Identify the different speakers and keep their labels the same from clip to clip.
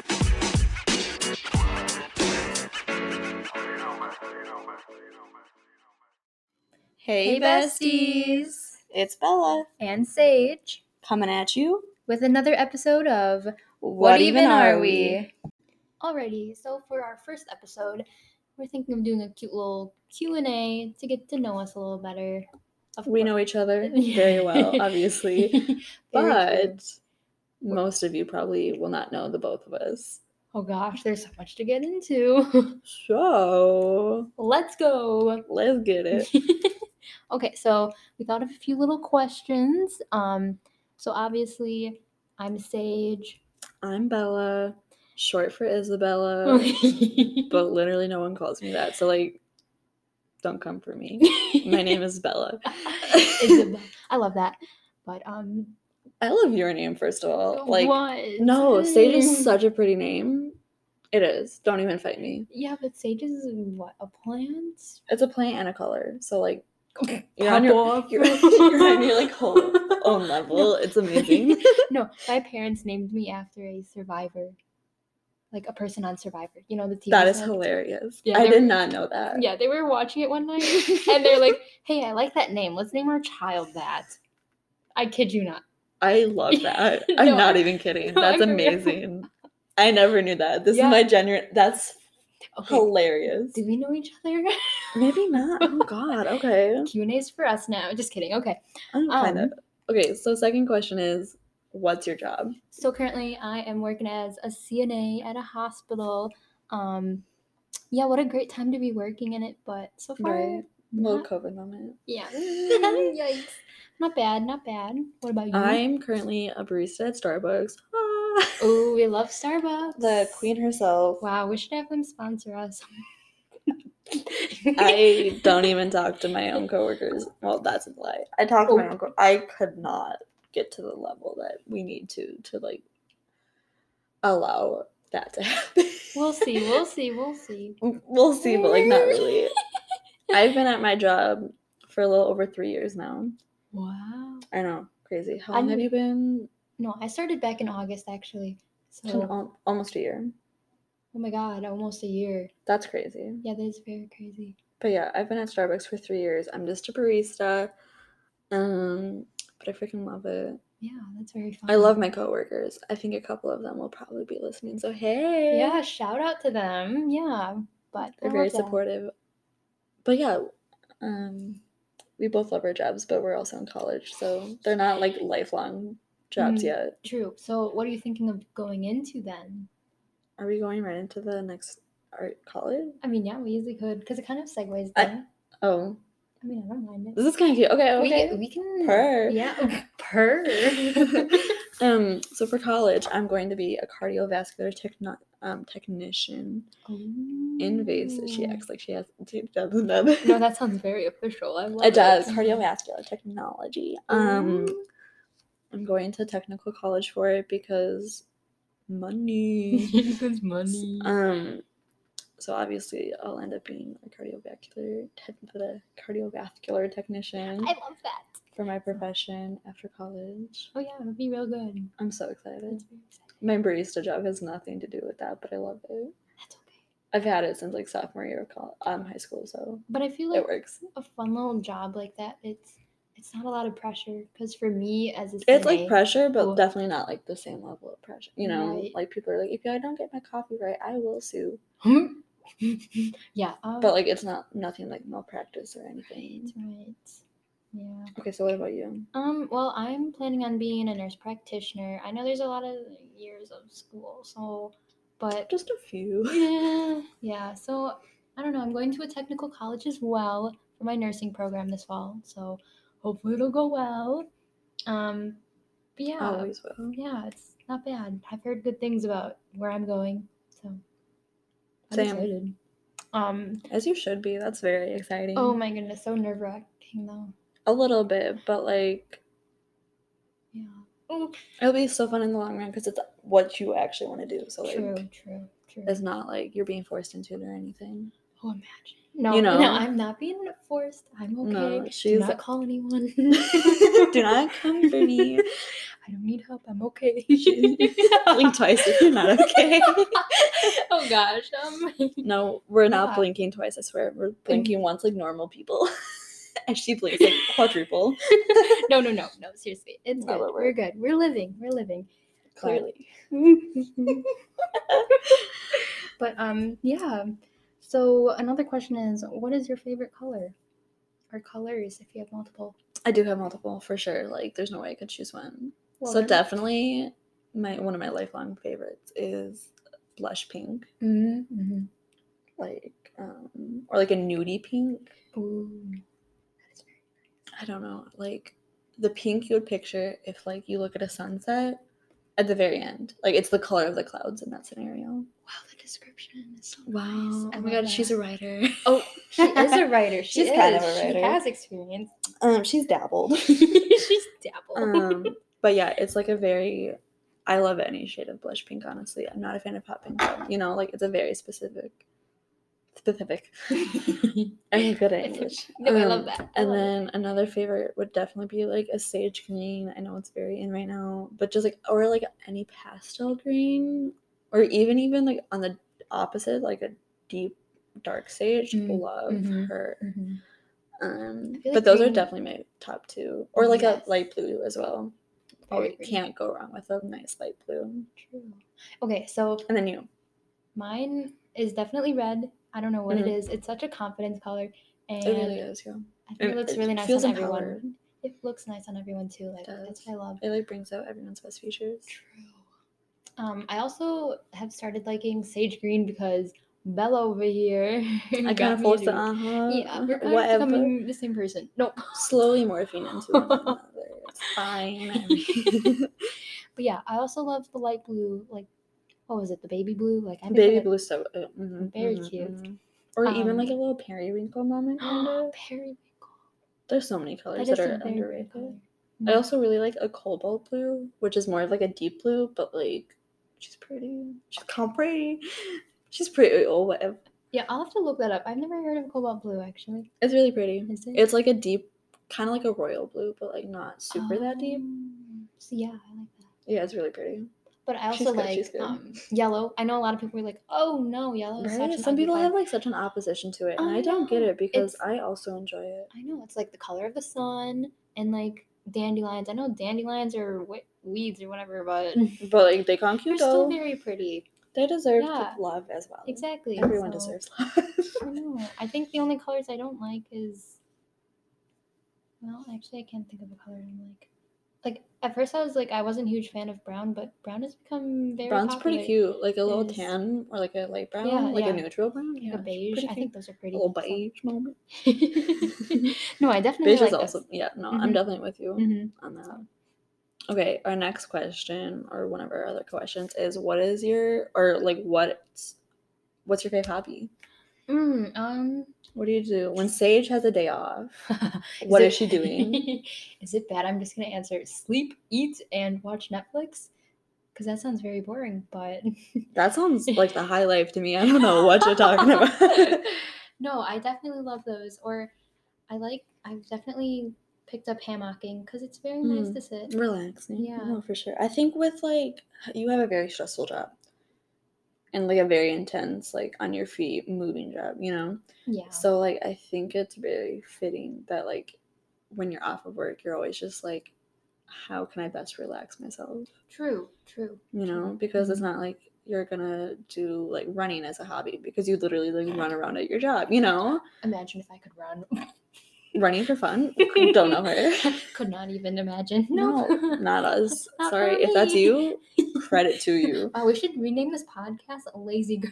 Speaker 1: Hey,
Speaker 2: Hey, besties!
Speaker 1: It's Bella
Speaker 2: And Sage
Speaker 1: coming at you.
Speaker 2: with another episode of
Speaker 1: What,
Speaker 2: What, Alrighty, so for our first episode, we're thinking of doing a cute little Q and A to get to know us a little better. Of
Speaker 1: We know each other very well, obviously,
Speaker 2: Very true.
Speaker 1: but most of you probably will not know the both of us.
Speaker 2: oh gosh, there's so much to get into.
Speaker 1: So
Speaker 2: Let's go.
Speaker 1: let's get it.
Speaker 2: okay, so we thought of a few little questions. Um, so obviously, I'm Sage.
Speaker 1: I'm Bella, short for Isabella, but literally no one calls me that. So like, don't come for me. My name is Bella.
Speaker 2: Isabel. I love that. But um
Speaker 1: I love your name, first of all. Like,
Speaker 2: what?
Speaker 1: no, Sage is
Speaker 2: Mm.
Speaker 1: such a pretty name. It is. Don't even fight me.
Speaker 2: Yeah, but sage is what a plant?
Speaker 1: It's a plant and a color. So like, you're
Speaker 2: Pop
Speaker 1: on your,
Speaker 2: off.
Speaker 1: you're, you're on your like whole own level. It's amazing.
Speaker 2: no, my parents named me after a survivor. Like a person on Survivor. You know the TV.
Speaker 1: that is
Speaker 2: show?
Speaker 1: hilarious.
Speaker 2: Yeah,
Speaker 1: I
Speaker 2: they're-
Speaker 1: did not know that.
Speaker 2: Yeah, they were watching it one night and they're like, "Hey, I like that name. Let's name our child that." I kid you not.
Speaker 1: I love that. I'm
Speaker 2: No,
Speaker 1: not
Speaker 2: I-
Speaker 1: even kidding.
Speaker 2: no,
Speaker 1: That's
Speaker 2: I'm for real.
Speaker 1: amazing. I never knew that. This
Speaker 2: Yeah.
Speaker 1: is my genuine. That's
Speaker 2: Okay.
Speaker 1: hilarious.
Speaker 2: Do we know each other?
Speaker 1: Maybe not. Oh God. Okay.
Speaker 2: Q and A's for us now. Just kidding. Okay.
Speaker 1: I'm kind of
Speaker 2: Um,
Speaker 1: okay. So second question is, what's your job?
Speaker 2: So currently, I am working as a CNA at a hospital. Um, yeah, what a great time to be working in it, but so far,
Speaker 1: Right. Little
Speaker 2: not,
Speaker 1: COVID moment.
Speaker 2: yeah, yikes, not bad, not bad. What about you?
Speaker 1: I'm currently a barista at Starbucks. Ah.
Speaker 2: oh, we love Starbucks.
Speaker 1: The queen herself.
Speaker 2: Wow, we should have them sponsor us.
Speaker 1: I don't even talk to my own coworkers. Well, that's a lie. I talk to my
Speaker 2: Oh.
Speaker 1: own. Co- I could not get to the level that we need to to like allow that to happen.
Speaker 2: we'll see, we'll see, we'll see.
Speaker 1: we'll see, but like not really. I've been at my job for a little over three years now.
Speaker 2: Wow.
Speaker 1: I know, crazy. How long
Speaker 2: I'm-
Speaker 1: have you been?
Speaker 2: No, I started back in August actually.
Speaker 1: It's been
Speaker 2: So,
Speaker 1: al- almost a year.
Speaker 2: oh my God, almost a year.
Speaker 1: That's crazy.
Speaker 2: Yeah, that is very crazy.
Speaker 1: But yeah, I've been at Starbucks for three years. I'm just a barista. Um, but I freaking love it.
Speaker 2: Yeah, that's very fun.
Speaker 1: I love my coworkers. I think a couple of them will probably be listening. So hey,
Speaker 2: yeah shout out to them yeah but
Speaker 1: they're
Speaker 2: I
Speaker 1: very
Speaker 2: love that.
Speaker 1: supportive. But yeah, um, we both love our jobs, but we're also in college, so they're not like lifelong jobs
Speaker 2: Mm.
Speaker 1: yet.
Speaker 2: true so what are you thinking of going into then
Speaker 1: Are we going right into the next art college?
Speaker 2: i mean yeah we easily could because it kind of segues
Speaker 1: I-
Speaker 2: there.
Speaker 1: Oh,
Speaker 2: I mean i don't mind it
Speaker 1: this is kind of cute. Okay,
Speaker 2: we,
Speaker 1: okay.
Speaker 2: we can
Speaker 1: Purr.
Speaker 2: yeah purr
Speaker 1: um, so for college, I'm going to be a cardiovascular techno- um, technician in Vase. She
Speaker 2: Ooh.
Speaker 1: acts like she has she doesn't know.
Speaker 2: no that sounds very official i love Mm-hmm.
Speaker 1: It does.
Speaker 2: Mhm.
Speaker 1: Cardiovascular technology. Um,
Speaker 2: Ooh.
Speaker 1: I'm going to technical college for it because money.
Speaker 2: Because Mm-hmm. money
Speaker 1: um, so obviously I'll end up being a cardiovascular tech the cardiovascular technician
Speaker 2: i love that
Speaker 1: for my profession after college.
Speaker 2: oh yeah it'll be real good
Speaker 1: I'm so excited.
Speaker 2: that's, very exciting.
Speaker 1: My barista job has nothing to do with that, but I love it.
Speaker 2: that's okay
Speaker 1: I've had it since like sophomore year of college, um, high school, so
Speaker 2: but i feel like
Speaker 1: it works.
Speaker 2: a fun little job like that, it's it's not a lot of pressure. Because for me as a CNA,
Speaker 1: It's like pressure, but
Speaker 2: Cool.
Speaker 1: definitely not like the same level of pressure. You know,
Speaker 2: Right.
Speaker 1: like people are like, if I don't get my coffee right, I will sue.
Speaker 2: Hmm? yeah. Um,
Speaker 1: But like, it's not nothing like malpractice or anything.
Speaker 2: right, right. Yeah.
Speaker 1: Okay, so what about you?
Speaker 2: Um. Well, I'm planning on being a nurse practitioner. I know there's a lot of years of school, so, but
Speaker 1: Just a few.
Speaker 2: yeah, yeah. So I don't know. I'm going to a technical college as well for my nursing program this fall. So hopefully it'll go well. Um. But yeah.
Speaker 1: Always will.
Speaker 2: Oh, Yeah, it's not bad. I've heard good things about where I'm going, so I'm
Speaker 1: Same.
Speaker 2: excited. Um.
Speaker 1: As you should be. That's very exciting.
Speaker 2: Oh my goodness, so nerve wracking though.
Speaker 1: a little bit, but like,
Speaker 2: Yeah. Oh,
Speaker 1: it'll be so fun in the long run because it's what you actually want to do. So like,
Speaker 2: true, true, true.
Speaker 1: it's not like you're being forced into it or anything.
Speaker 2: Oh, imagine. No,
Speaker 1: You know.
Speaker 2: no, I'm not being forced. I'm okay.
Speaker 1: No,
Speaker 2: Do
Speaker 1: she's-
Speaker 2: not call anyone.
Speaker 1: Do not come for me.
Speaker 2: I don't need help. I'm okay.
Speaker 1: Blink twice if you're not okay.
Speaker 2: oh gosh. Um,
Speaker 1: No, we're not
Speaker 2: Yeah.
Speaker 1: blinking twice, I swear. We're blinking once like normal people. and she blinks like quadruple.
Speaker 2: no, no, no, no. Seriously, it's
Speaker 1: No,
Speaker 2: good.
Speaker 1: it
Speaker 2: We're good. We're living. We're living.
Speaker 1: Clearly.
Speaker 2: but um, yeah. So another question is, what is your favorite color, or colors if you have multiple?
Speaker 1: I do have multiple for sure. Like there's no way I could choose one.
Speaker 2: Well,
Speaker 1: so
Speaker 2: then-
Speaker 1: definitely my one of my lifelong favorites is blush pink.
Speaker 2: Mhm, mhm.
Speaker 1: Like um or like a nudie pink.
Speaker 2: Ooh.
Speaker 1: I don't know, like the pink you would picture if like you look at a sunset at the very end. Like it's the color of the clouds in that scenario.
Speaker 2: Wow, the description is so
Speaker 1: Wow.
Speaker 2: nice. I
Speaker 1: oh my
Speaker 2: love
Speaker 1: god, she's a writer.
Speaker 2: Oh, she is a writer. She
Speaker 1: She's
Speaker 2: is.
Speaker 1: kind of a
Speaker 2: She
Speaker 1: writer.
Speaker 2: has experience.
Speaker 1: Um, she's dabbled.
Speaker 2: She's dabbled.
Speaker 1: um, but yeah, it's like a very. I love any shade of blush pink. Honestly, I'm not a fan of hot pink. Though. You know, like it's a very specific, specific. I'm good at English.
Speaker 2: no, I love
Speaker 1: Um,
Speaker 2: that. I
Speaker 1: And
Speaker 2: love it.
Speaker 1: then another favorite would definitely be like a sage green. I know it's very in right now, but just like or like any pastel green, or even even like on the opposite, like a deep dark sage.
Speaker 2: Mm,
Speaker 1: Love
Speaker 2: mhm.
Speaker 1: her.
Speaker 2: Mhm.
Speaker 1: Um,
Speaker 2: feel like
Speaker 1: but those are
Speaker 2: green-
Speaker 1: definitely my top two, or like
Speaker 2: Yes.
Speaker 1: a light blue as well. Oh,
Speaker 2: Very
Speaker 1: you
Speaker 2: green.
Speaker 1: can't go wrong with a nice light blue.
Speaker 2: True. Okay, so
Speaker 1: And then you,
Speaker 2: mine is definitely red. I don't know what it
Speaker 1: Mhm.
Speaker 2: is. It's such a confidence color, and
Speaker 1: it really is. Yeah,
Speaker 2: I think it
Speaker 1: It-
Speaker 2: looks
Speaker 1: it
Speaker 2: really nice
Speaker 1: feels
Speaker 2: on everyone.
Speaker 1: empowered.
Speaker 2: It looks nice on everyone too. Like that's
Speaker 1: does.
Speaker 2: what I love.
Speaker 1: it like brings out everyone's best features.
Speaker 2: True. Um, I also have started liking sage green because Bella over here.
Speaker 1: I
Speaker 2: got
Speaker 1: kind of
Speaker 2: me
Speaker 1: forced
Speaker 2: to-
Speaker 1: the uh huh.
Speaker 2: Yeah, we're kind
Speaker 1: whatever.
Speaker 2: of becoming the same person. No,
Speaker 1: Slowly morphing into one another. It's fine. I mean,
Speaker 2: but yeah, I also love the light blue. Like, what was it? The baby blue. Like, I'm
Speaker 1: Baby blue so uh, mhm,
Speaker 2: Very
Speaker 1: mhm,
Speaker 2: cute.
Speaker 1: mhm. Or even like a little periwinkle moment. kind of.
Speaker 2: periwinkle.
Speaker 1: There's so many
Speaker 2: That
Speaker 1: colors
Speaker 2: is
Speaker 1: that,
Speaker 2: a
Speaker 1: are
Speaker 2: very pretty
Speaker 1: underrated.
Speaker 2: color.
Speaker 1: I
Speaker 2: Mhm.
Speaker 1: also really like a cobalt blue, which is more of like a deep blue, but like she's pretty. She's kind pretty. She's pretty or whatever.
Speaker 2: Yeah, I'll have to look that up. I've never heard of cobalt blue actually.
Speaker 1: It's really pretty.
Speaker 2: Is it?
Speaker 1: It's like a deep, kind of like a royal blue, but like not super that deep.
Speaker 2: Um, So yeah, I like that.
Speaker 1: Yeah, it's really pretty.
Speaker 2: But I
Speaker 1: She's
Speaker 2: also
Speaker 1: good, she's
Speaker 2: like
Speaker 1: good.
Speaker 2: um, yellow. I know a lot of people were like, "Oh no, yellow." Is such
Speaker 1: Right?
Speaker 2: an
Speaker 1: Some
Speaker 2: ugly
Speaker 1: people
Speaker 2: color."
Speaker 1: have like such an opposition to it, and
Speaker 2: I
Speaker 1: I, don't get
Speaker 2: know.
Speaker 1: it because
Speaker 2: It's-
Speaker 1: I also enjoy it.
Speaker 2: I know it's like the color of the sun and like dandelions. I know dandelions are wi- weeds or whatever, but
Speaker 1: But like they can't
Speaker 2: they're
Speaker 1: cute though.
Speaker 2: still very pretty.
Speaker 1: they deserve
Speaker 2: yeah.
Speaker 1: love as well.
Speaker 2: Exactly.
Speaker 1: Everyone
Speaker 2: so-
Speaker 1: deserves love.
Speaker 2: I know. I think the only colors I don't like is well, actually I can't think of a color I'm like. Like at first I was like I wasn't a huge fan of brown, but brown has become very
Speaker 1: Brown's pretty
Speaker 2: popular.
Speaker 1: cute, like a little
Speaker 2: is-
Speaker 1: tan or like a light brown,
Speaker 2: Yeah,
Speaker 1: like
Speaker 2: yeah.
Speaker 1: a neutral brown.
Speaker 2: Like
Speaker 1: Yeah,
Speaker 2: a
Speaker 1: it's
Speaker 2: beige.
Speaker 1: pretty
Speaker 2: I
Speaker 1: cute.
Speaker 2: think those are pretty.
Speaker 1: a little
Speaker 2: so-
Speaker 1: beige moment.
Speaker 2: no, I definitely
Speaker 1: Beige
Speaker 2: like
Speaker 1: is also yeah. No, I'm
Speaker 2: Mhm.
Speaker 1: definitely with you
Speaker 2: hmm
Speaker 1: on that. Mm-hmm. Okay, our next question or one of our other questions is what is your or like what's what's your favorite hobby?
Speaker 2: Mm, um,
Speaker 1: What do you do when Sage has a day off? What
Speaker 2: it-
Speaker 1: is she doing?
Speaker 2: is it bad? I'm just gonna answer: sleep, eat, and watch Netflix. Because that sounds very boring, but
Speaker 1: That sounds like the high life to me. I don't know what you're talking about.
Speaker 2: no, I definitely love those. Or I like. I've definitely picked up hammocking because it's very nice
Speaker 1: Mm.
Speaker 2: to sit.
Speaker 1: Relaxing.
Speaker 2: Yeah.
Speaker 1: No, for sure. I think with like you have a very stressful job. And like a very intense, like on your feet moving job, you know?
Speaker 2: Yeah.
Speaker 1: So like I think it's very fitting that like when you're off of work, you're always just like, how can I best relax myself?
Speaker 2: true. True. Mm-hmm.
Speaker 1: You know, because it's not like you're gonna do like running as a hobby because you literally like run around at your job. You know,
Speaker 2: Imagine if I could run.
Speaker 1: running for fun. Don't know her.
Speaker 2: Could not even imagine.
Speaker 1: No, not us.
Speaker 2: Not for
Speaker 1: Sorry, if that's
Speaker 2: me.
Speaker 1: you, credit to you.
Speaker 2: Wow, we should rename this podcast "Lazy Girl."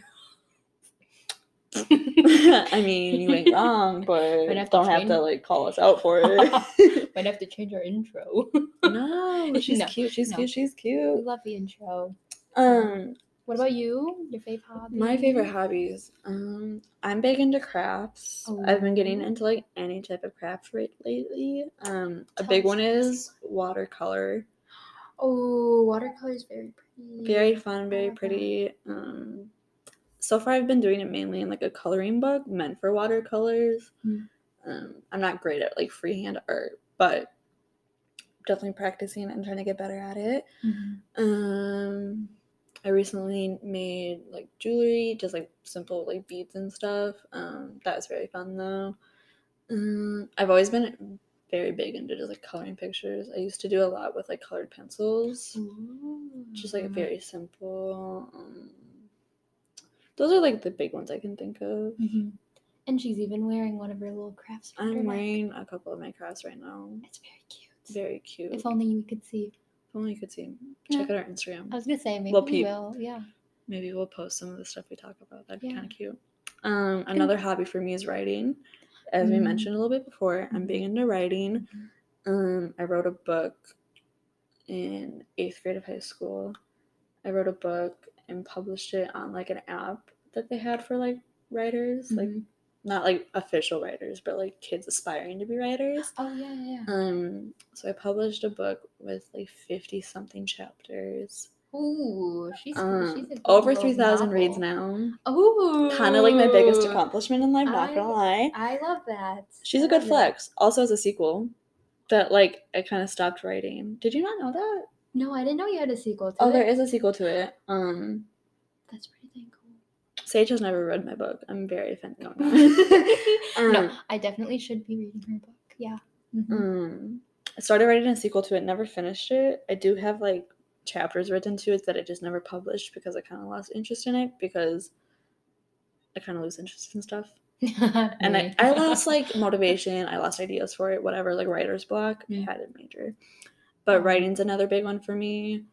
Speaker 1: I mean, you ain't wrong, but
Speaker 2: Might have to
Speaker 1: don't have to
Speaker 2: change-
Speaker 1: like call us out for it.
Speaker 2: Might have to change our intro.
Speaker 1: no, she's
Speaker 2: No,
Speaker 1: cute. She's
Speaker 2: no.
Speaker 1: cute. She's
Speaker 2: we
Speaker 1: cute.
Speaker 2: love the intro.
Speaker 1: Um,
Speaker 2: What about you? Your favorite hobby?
Speaker 1: My favorite hobbies. Um, I'm big into crafts. I've been getting
Speaker 2: Oh.
Speaker 1: into like any type of craft right lately. Um, a
Speaker 2: Tell
Speaker 1: big
Speaker 2: us,
Speaker 1: one
Speaker 2: tell us.
Speaker 1: is watercolor.
Speaker 2: Oh, watercolor is very pretty.
Speaker 1: Very fun, very
Speaker 2: love that.
Speaker 1: pretty. Um, so far I've been doing it mainly in like a coloring book meant for watercolors.
Speaker 2: Mm.
Speaker 1: Um, I'm not great at like freehand art, but definitely practicing and trying to get better at it.
Speaker 2: Mm-hmm.
Speaker 1: Um, I recently made like jewelry, just like simple like beads and stuff. Um, that was very fun though. Um, I've always been very big into just like coloring pictures. I used to do a lot with like colored pencils, just
Speaker 2: Mm-hmm.
Speaker 1: like very simple. Um, those are like the big ones I can think of.
Speaker 2: Mhm. And she's even wearing one of her little crafts. around her
Speaker 1: I'm
Speaker 2: neck.
Speaker 1: wearing a couple of my crafts right now.
Speaker 2: It's very cute.
Speaker 1: Very cute.
Speaker 2: If only you could see.
Speaker 1: If only you could see.
Speaker 2: Yeah.
Speaker 1: Check out our Instagram.
Speaker 2: I was gonna say maybe
Speaker 1: Little
Speaker 2: we
Speaker 1: peep.
Speaker 2: will. Yeah.
Speaker 1: Maybe we'll post some of the stuff we talk about. That'd be
Speaker 2: Yeah.
Speaker 1: kind of cute. Um, another hobby for me is writing. As we
Speaker 2: Mm.
Speaker 1: mentioned a little bit before, I'm big into writing.
Speaker 2: Mhm.
Speaker 1: Um, I wrote a book in eighth grade of high school. I wrote a book and published it on like an app that they had for like writers, like
Speaker 2: Mhm.
Speaker 1: not like official writers, but like kids aspiring to be writers.
Speaker 2: Oh yeah, yeah. yeah.
Speaker 1: Um, so I published a book with like fifty something chapters.
Speaker 2: Ooh, she's,
Speaker 1: Um,
Speaker 2: she's a good
Speaker 1: over
Speaker 2: little
Speaker 1: three thousand reads
Speaker 2: novel.
Speaker 1: now.
Speaker 2: Ooh,
Speaker 1: Kind of like my biggest accomplishment in life. Not
Speaker 2: I-
Speaker 1: gonna lie,
Speaker 2: I love that.
Speaker 1: she's
Speaker 2: I
Speaker 1: a good
Speaker 2: love that.
Speaker 1: flex. Also, as a sequel, that like I kind of stopped writing. Did you not know that?
Speaker 2: No, I didn't know you had a sequel to
Speaker 1: Oh,
Speaker 2: it.
Speaker 1: there is a sequel to it. Um,
Speaker 2: That's pretty dang cool.
Speaker 1: Sage has never read my book. I'm very offended. No, I'm not.
Speaker 2: no,
Speaker 1: Um,
Speaker 2: I definitely should be reading her book. Yeah. Mhm.
Speaker 1: Um, I started writing a sequel to it, never finished it. I do have like chapters written to it that I just never published because I kind of lost interest in it because I kind of lose interest in stuff. And I,
Speaker 2: Me.
Speaker 1: I lost like motivation, I lost ideas for it, whatever, like writer's block.
Speaker 2: Mm.
Speaker 1: I had it major. But
Speaker 2: Mm.
Speaker 1: writing's another big one for me.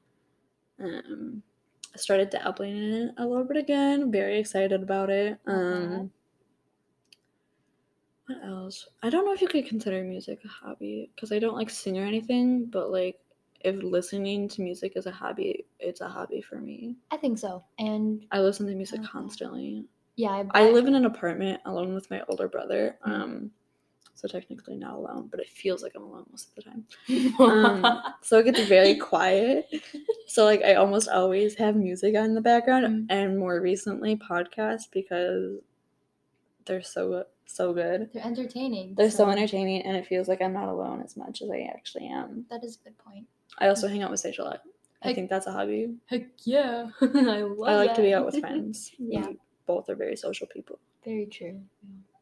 Speaker 1: Um, I started dabbling in it a little bit again. Very excited about it.
Speaker 2: Love that.
Speaker 1: Um, what else? I don't know if you could consider music a hobby because I don't like sing or anything, but like if listening to music is a hobby, it's a hobby for me.
Speaker 2: I think so. And
Speaker 1: I listen to music
Speaker 2: Okay.
Speaker 1: constantly.
Speaker 2: yeah, I,
Speaker 1: I
Speaker 2: bet-
Speaker 1: live in an apartment alone with my older brother. Um, so technically not alone, but it feels like I'm alone most of the time. Um, so it gets very quiet. So like I almost always have music on in the background,
Speaker 2: Mm.
Speaker 1: and more recently podcasts because they're so so good.
Speaker 2: They're entertaining.
Speaker 1: They're so entertaining, and it feels like I'm not alone as much as I actually am.
Speaker 2: That is a good point.
Speaker 1: I also hang out with Sage a lot. I
Speaker 2: Heck-
Speaker 1: think that's a hobby.
Speaker 2: Heck yeah. I love
Speaker 1: I like to be out with
Speaker 2: that.
Speaker 1: friends.
Speaker 2: Yeah.
Speaker 1: We both are very social people.
Speaker 2: Very true.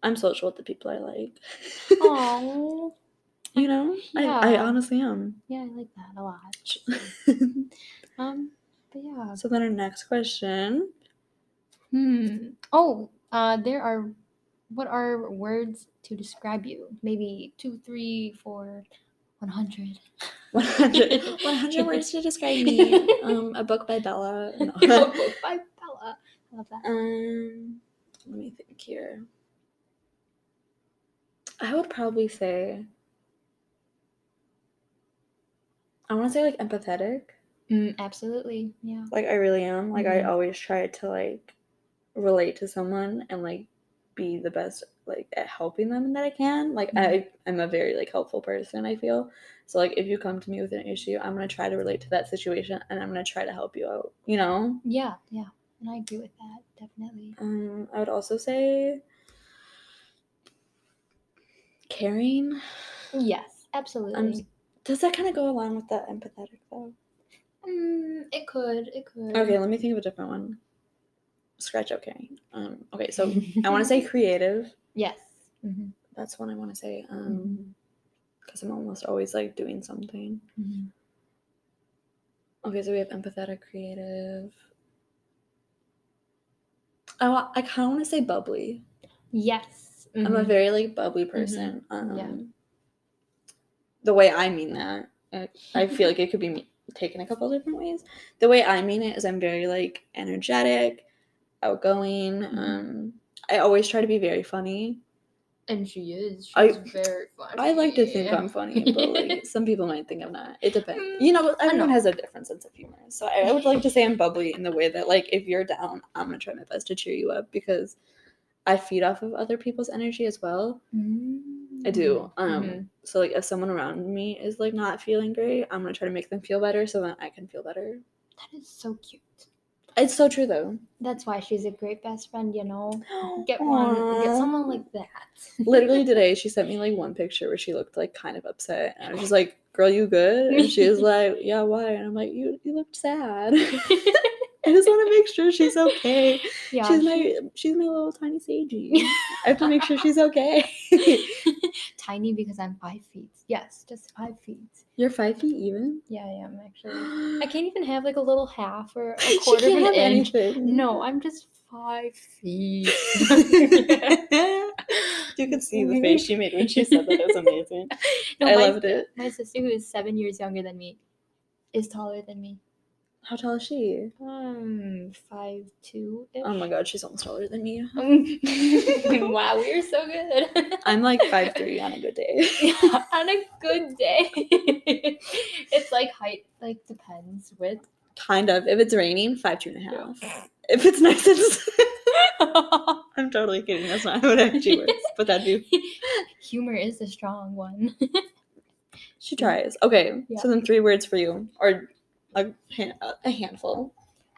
Speaker 1: I'm social with the people I like.
Speaker 2: Oh,
Speaker 1: you know, I, I
Speaker 2: Yeah.
Speaker 1: honestly am.
Speaker 2: yeah, I like that a lot. Um, but yeah.
Speaker 1: so then our next question.
Speaker 2: Hmm. Oh, uh, there are. What are words to describe you? Maybe two, three, four, one hundred.
Speaker 1: 100, 100 words to describe me. Um, a book by Bella. No.
Speaker 2: By Bella. I love that.
Speaker 1: um, let me think here. I would probably say, I want to say like empathetic.
Speaker 2: Mm, absolutely. Yeah.
Speaker 1: Like I really am. Like
Speaker 2: Mhm.
Speaker 1: I always try to like relate to someone and like be the best like at helping them that I can. Like I I'm a very like helpful person, I feel. So like if you come to me with an issue, I'm going to try to relate to that situation and I'm going to try to help you out, you know?
Speaker 2: Yeah. Yeah. And I agree with that definitely.
Speaker 1: Um I would also say caring.
Speaker 2: Yes. Absolutely.
Speaker 1: Does that kind of go along with that empathetic though?
Speaker 2: Mm, it could. It could.
Speaker 1: Okay, let me think of a different one. Scratch out caring. Um okay, so I want to say creative.
Speaker 2: yes. Mhm.
Speaker 1: that's one I want to say.
Speaker 2: Mm-hmm.
Speaker 1: Um, because I'm almost always like doing something.
Speaker 2: Mhm.
Speaker 1: Okay, so we have empathetic, creative. I wa- I kind of want to say bubbly.
Speaker 2: Yes.
Speaker 1: I'm a
Speaker 2: Mhm.
Speaker 1: very like bubbly person. Um,
Speaker 2: Yeah.
Speaker 1: The way I mean that, I, I feel like it could be me- taken a couple different ways. The way I mean it is, I'm very like energetic, outgoing.
Speaker 2: Mhm.
Speaker 1: Um, I always try to be very funny.
Speaker 2: And she is. She's
Speaker 1: I-
Speaker 2: very funny.
Speaker 1: I like to think I'm funny, but like some people might think I'm not. It depends. You know, everyone
Speaker 2: Mm, know.
Speaker 1: has a different sense of humor. So I would like to say I'm bubbly in the way that like if you're down, I'm gonna try my best to cheer you up because I feed off of other people's energy as well.
Speaker 2: Mm-hmm.
Speaker 1: I do. Um
Speaker 2: Mhm.
Speaker 1: so like if someone around me is like not feeling great, I'm gonna try to make them feel better so that I can feel better.
Speaker 2: That is so cute.
Speaker 1: It's so true though.
Speaker 2: That's why she's a great best friend, you know. Get one, get
Speaker 1: Aw.
Speaker 2: someone like that.
Speaker 1: Literally today, she sent me like one picture where she looked like kind of upset, and I was just like, "Girl, you good?" And she was like, "Yeah, why?" And I'm like, "You you looked sad." I just want to make sure she's okay.
Speaker 2: yeah,
Speaker 1: she's
Speaker 2: she-
Speaker 1: my she's my little tiny sagey. I have to make sure she's okay.
Speaker 2: tiny because I'm five feet. Yes, just five feet.
Speaker 1: You're five feet even.
Speaker 2: Yeah, I am actually. I can't even have like a little half or a
Speaker 1: she
Speaker 2: quarter of
Speaker 1: can't
Speaker 2: an
Speaker 1: have
Speaker 2: inch.
Speaker 1: anything.
Speaker 2: No, I'm just five feet.
Speaker 1: you could see the face she made when she said that. It was amazing.
Speaker 2: No,
Speaker 1: I
Speaker 2: my,
Speaker 1: loved it.
Speaker 2: my sister, who is seven years younger than me, is taller than me.
Speaker 1: How tall is she?
Speaker 2: Um, five two.
Speaker 1: Oh my god, she's almost taller than me.
Speaker 2: wow, we're so good.
Speaker 1: I'm like five three on a good day.
Speaker 2: Yeah, on a good day. it's like height like depends with
Speaker 1: Kind of. If it's raining, five two and a half. If it's nice and s- I'm totally kidding. That's not how it actually works. But that'd be
Speaker 2: humor is a strong one.
Speaker 1: she tries. Okay,
Speaker 2: Yeah.
Speaker 1: so then three words for you, or a, han- a handful,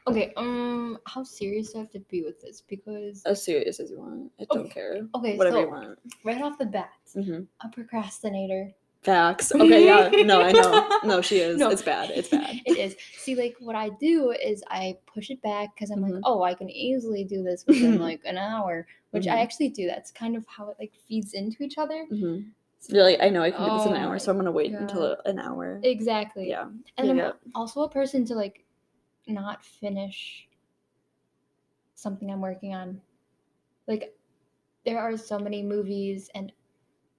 Speaker 2: Okay, um how serious do I have to be with this? Because
Speaker 1: as serious as you want. I don't
Speaker 2: Okay.
Speaker 1: care.
Speaker 2: okay,
Speaker 1: Whatever
Speaker 2: so
Speaker 1: you want.
Speaker 2: right off the bat,
Speaker 1: hmm
Speaker 2: a procrastinator.
Speaker 1: Facts. Okay, yeah. No, I know. No, she is.
Speaker 2: No.
Speaker 1: It's bad. It's bad.
Speaker 2: It is. See, like what I do is I push it back because I'm
Speaker 1: Mhm.
Speaker 2: like, oh, I can easily do this within
Speaker 1: Mhm.
Speaker 2: like an hour, which I
Speaker 1: Mhm.
Speaker 2: actually do. That's kind of how it like feeds into each other.
Speaker 1: hmm You're like, I know I can do this in an
Speaker 2: Oh
Speaker 1: hour,
Speaker 2: my
Speaker 1: so I'm gonna wait until
Speaker 2: God.
Speaker 1: an hour.
Speaker 2: Exactly.
Speaker 1: Yeah.
Speaker 2: And
Speaker 1: yeah,
Speaker 2: I'm
Speaker 1: yeah.
Speaker 2: also a person to like not finish something I'm working on. Like there are so many movies and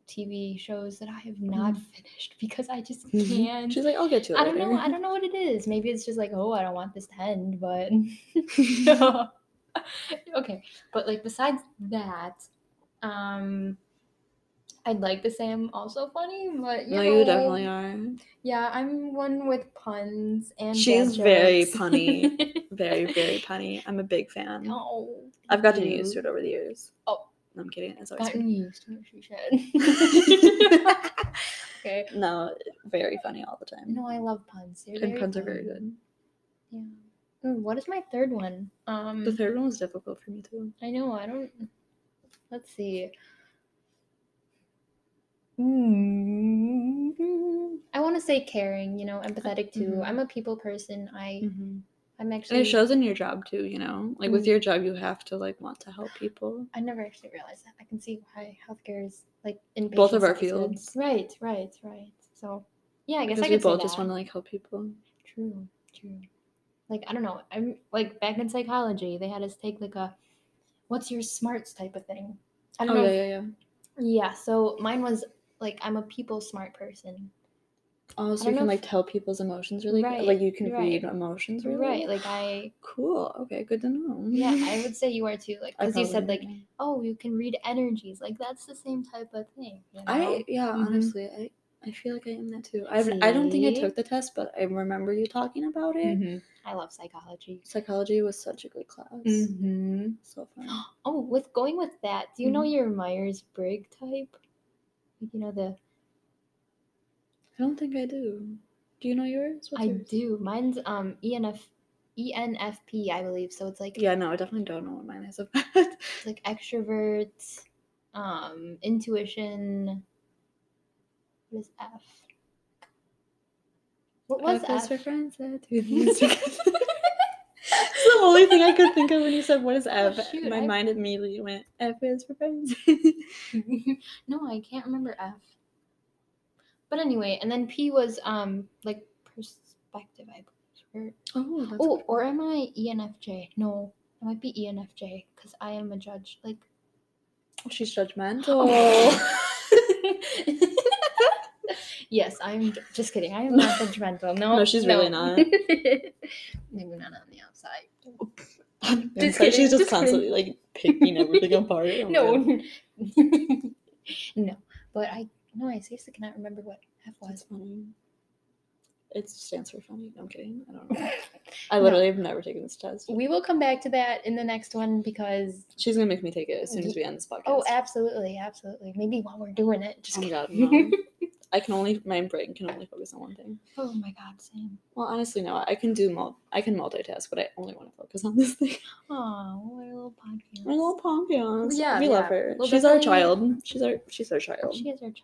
Speaker 2: TV shows that I have not
Speaker 1: Mm-hmm.
Speaker 2: finished because I just
Speaker 1: Mhm.
Speaker 2: can't.
Speaker 1: She's like, I'll get to it.
Speaker 2: I don't
Speaker 1: later.
Speaker 2: know. I don't know what it is. Maybe it's just like, oh, I don't want this to end, but okay. But like besides that, um I'd like to say I'm also funny, but you
Speaker 1: No,
Speaker 2: know,
Speaker 1: you definitely are.
Speaker 2: yeah, I'm one with puns and.
Speaker 1: She's
Speaker 2: dad
Speaker 1: very
Speaker 2: jokes.
Speaker 1: punny. Very, very punny. I'm a big fan.
Speaker 2: oh,
Speaker 1: I've gotten
Speaker 2: you.
Speaker 1: used to it over the years.
Speaker 2: Oh.
Speaker 1: No, I'm kidding. It's always
Speaker 2: Gotten used to it, she said. okay.
Speaker 1: no, very funny all the time.
Speaker 2: No, I love puns. They're
Speaker 1: and puns are very
Speaker 2: fun.
Speaker 1: good.
Speaker 2: Yeah. Ooh, what is my third one? Um,
Speaker 1: The third one was difficult for me too.
Speaker 2: I know. I don't. Let's see.
Speaker 1: Hmm.
Speaker 2: Mm, I want to say caring. You know, empathetic too.
Speaker 1: Mhm.
Speaker 2: I'm a people person. I
Speaker 1: Mm-hmm.
Speaker 2: I'm
Speaker 1: And
Speaker 2: actually.
Speaker 1: it shows in your job too, you know? Like with
Speaker 2: Mhm.
Speaker 1: your job you have to like want to help people.
Speaker 2: I never actually realized that. I can see why healthcare is like in
Speaker 1: Both of
Speaker 2: patient
Speaker 1: our
Speaker 2: side is good.
Speaker 1: fields.
Speaker 2: Right, right, right. So yeah, I guess
Speaker 1: because
Speaker 2: I
Speaker 1: we
Speaker 2: could say
Speaker 1: both just
Speaker 2: that.
Speaker 1: want to like help people.
Speaker 2: True, true. Like I don't know. I'm like back in psychology, they had us take like a what's your smarts type of thing. I don't
Speaker 1: Oh
Speaker 2: know.
Speaker 1: yeah,
Speaker 2: if-
Speaker 1: yeah, yeah.
Speaker 2: yeah, so mine was like I'm a people smart person.
Speaker 1: Oh,
Speaker 2: I
Speaker 1: so you
Speaker 2: don't
Speaker 1: can
Speaker 2: know
Speaker 1: like
Speaker 2: if-
Speaker 1: tell people's emotions really good.
Speaker 2: Right,
Speaker 1: like you can
Speaker 2: right.
Speaker 1: read emotions really
Speaker 2: Right,
Speaker 1: well?
Speaker 2: like I
Speaker 1: cool. Okay, good to know.
Speaker 2: yeah, I would say you are too. Like
Speaker 1: I
Speaker 2: because you said
Speaker 1: probably
Speaker 2: like
Speaker 1: am.
Speaker 2: oh you can read energies, like that's the same type of thing. You know?
Speaker 1: I yeah,
Speaker 2: Mhm.
Speaker 1: honestly, I I feel like I am that too. I I don't think I
Speaker 2: See?
Speaker 1: took the test, but I remember you talking about it.
Speaker 2: Mhm. I love psychology.
Speaker 1: Psychology was such a good class.
Speaker 2: Mm-hmm.
Speaker 1: So fun.
Speaker 2: Oh, with going with that, do you know
Speaker 1: Mm-hmm.
Speaker 2: your Myers Briggs type? Like, You know the
Speaker 1: I don't think I do. Do you know yours? What's
Speaker 2: I
Speaker 1: yours?
Speaker 2: do. Mine's um ENF E ENFP, I believe. So it's like
Speaker 1: Yeah, no, I definitely don't know what mine is about.
Speaker 2: it's like extrovert, um, intuition. What is F? What was
Speaker 1: F is
Speaker 2: F?
Speaker 1: for friends, uh, F is for friends. It's the only thing I could think of when you said, What is F?
Speaker 2: Oh, shoot,
Speaker 1: My
Speaker 2: I-
Speaker 1: mind immediately went, F is for friends.
Speaker 2: no, I can't remember F. But anyway, and then P was um like perspective, I believe. or-
Speaker 1: oh, that's
Speaker 2: Oh, or am I ENFJ? No, I might be E ENFJ because I am a judge. Like,
Speaker 1: good. she's judgmental.
Speaker 2: Oh.
Speaker 1: Oh.
Speaker 2: yes, I'm j- just kidding. I am not judgmental. No,
Speaker 1: No, she's really not.
Speaker 2: Maybe not on the outside.
Speaker 1: It's like
Speaker 2: Just kidding,
Speaker 1: she's just,
Speaker 2: just
Speaker 1: constantly
Speaker 2: kidding.
Speaker 1: like picking everything apart. Oh, man.
Speaker 2: No, no. But I no, I seriously cannot remember what F
Speaker 1: That's
Speaker 2: was.
Speaker 1: funny. It stands for funny. I'm kidding. I don't know. I literally have never taken this test.
Speaker 2: We will come back to that in the next one because
Speaker 1: She's gonna make me take it as soon as we end this podcast.
Speaker 2: oh, absolutely, absolutely. Maybe while we're doing it, just
Speaker 1: Oh my god,
Speaker 2: kidding.
Speaker 1: no. I can only my brain can only focus on one thing.
Speaker 2: Oh my god, same.
Speaker 1: Well, honestly, no, I can do mul- I can multitask, but I only want to focus on this thing.
Speaker 2: Oh, what a little
Speaker 1: My
Speaker 2: podcast.
Speaker 1: little Pompions.
Speaker 2: Yeah,
Speaker 1: we love
Speaker 2: yeah.
Speaker 1: her.
Speaker 2: Well,
Speaker 1: she's our
Speaker 2: definitely-
Speaker 1: child. She's our she's our child.
Speaker 2: She is our child.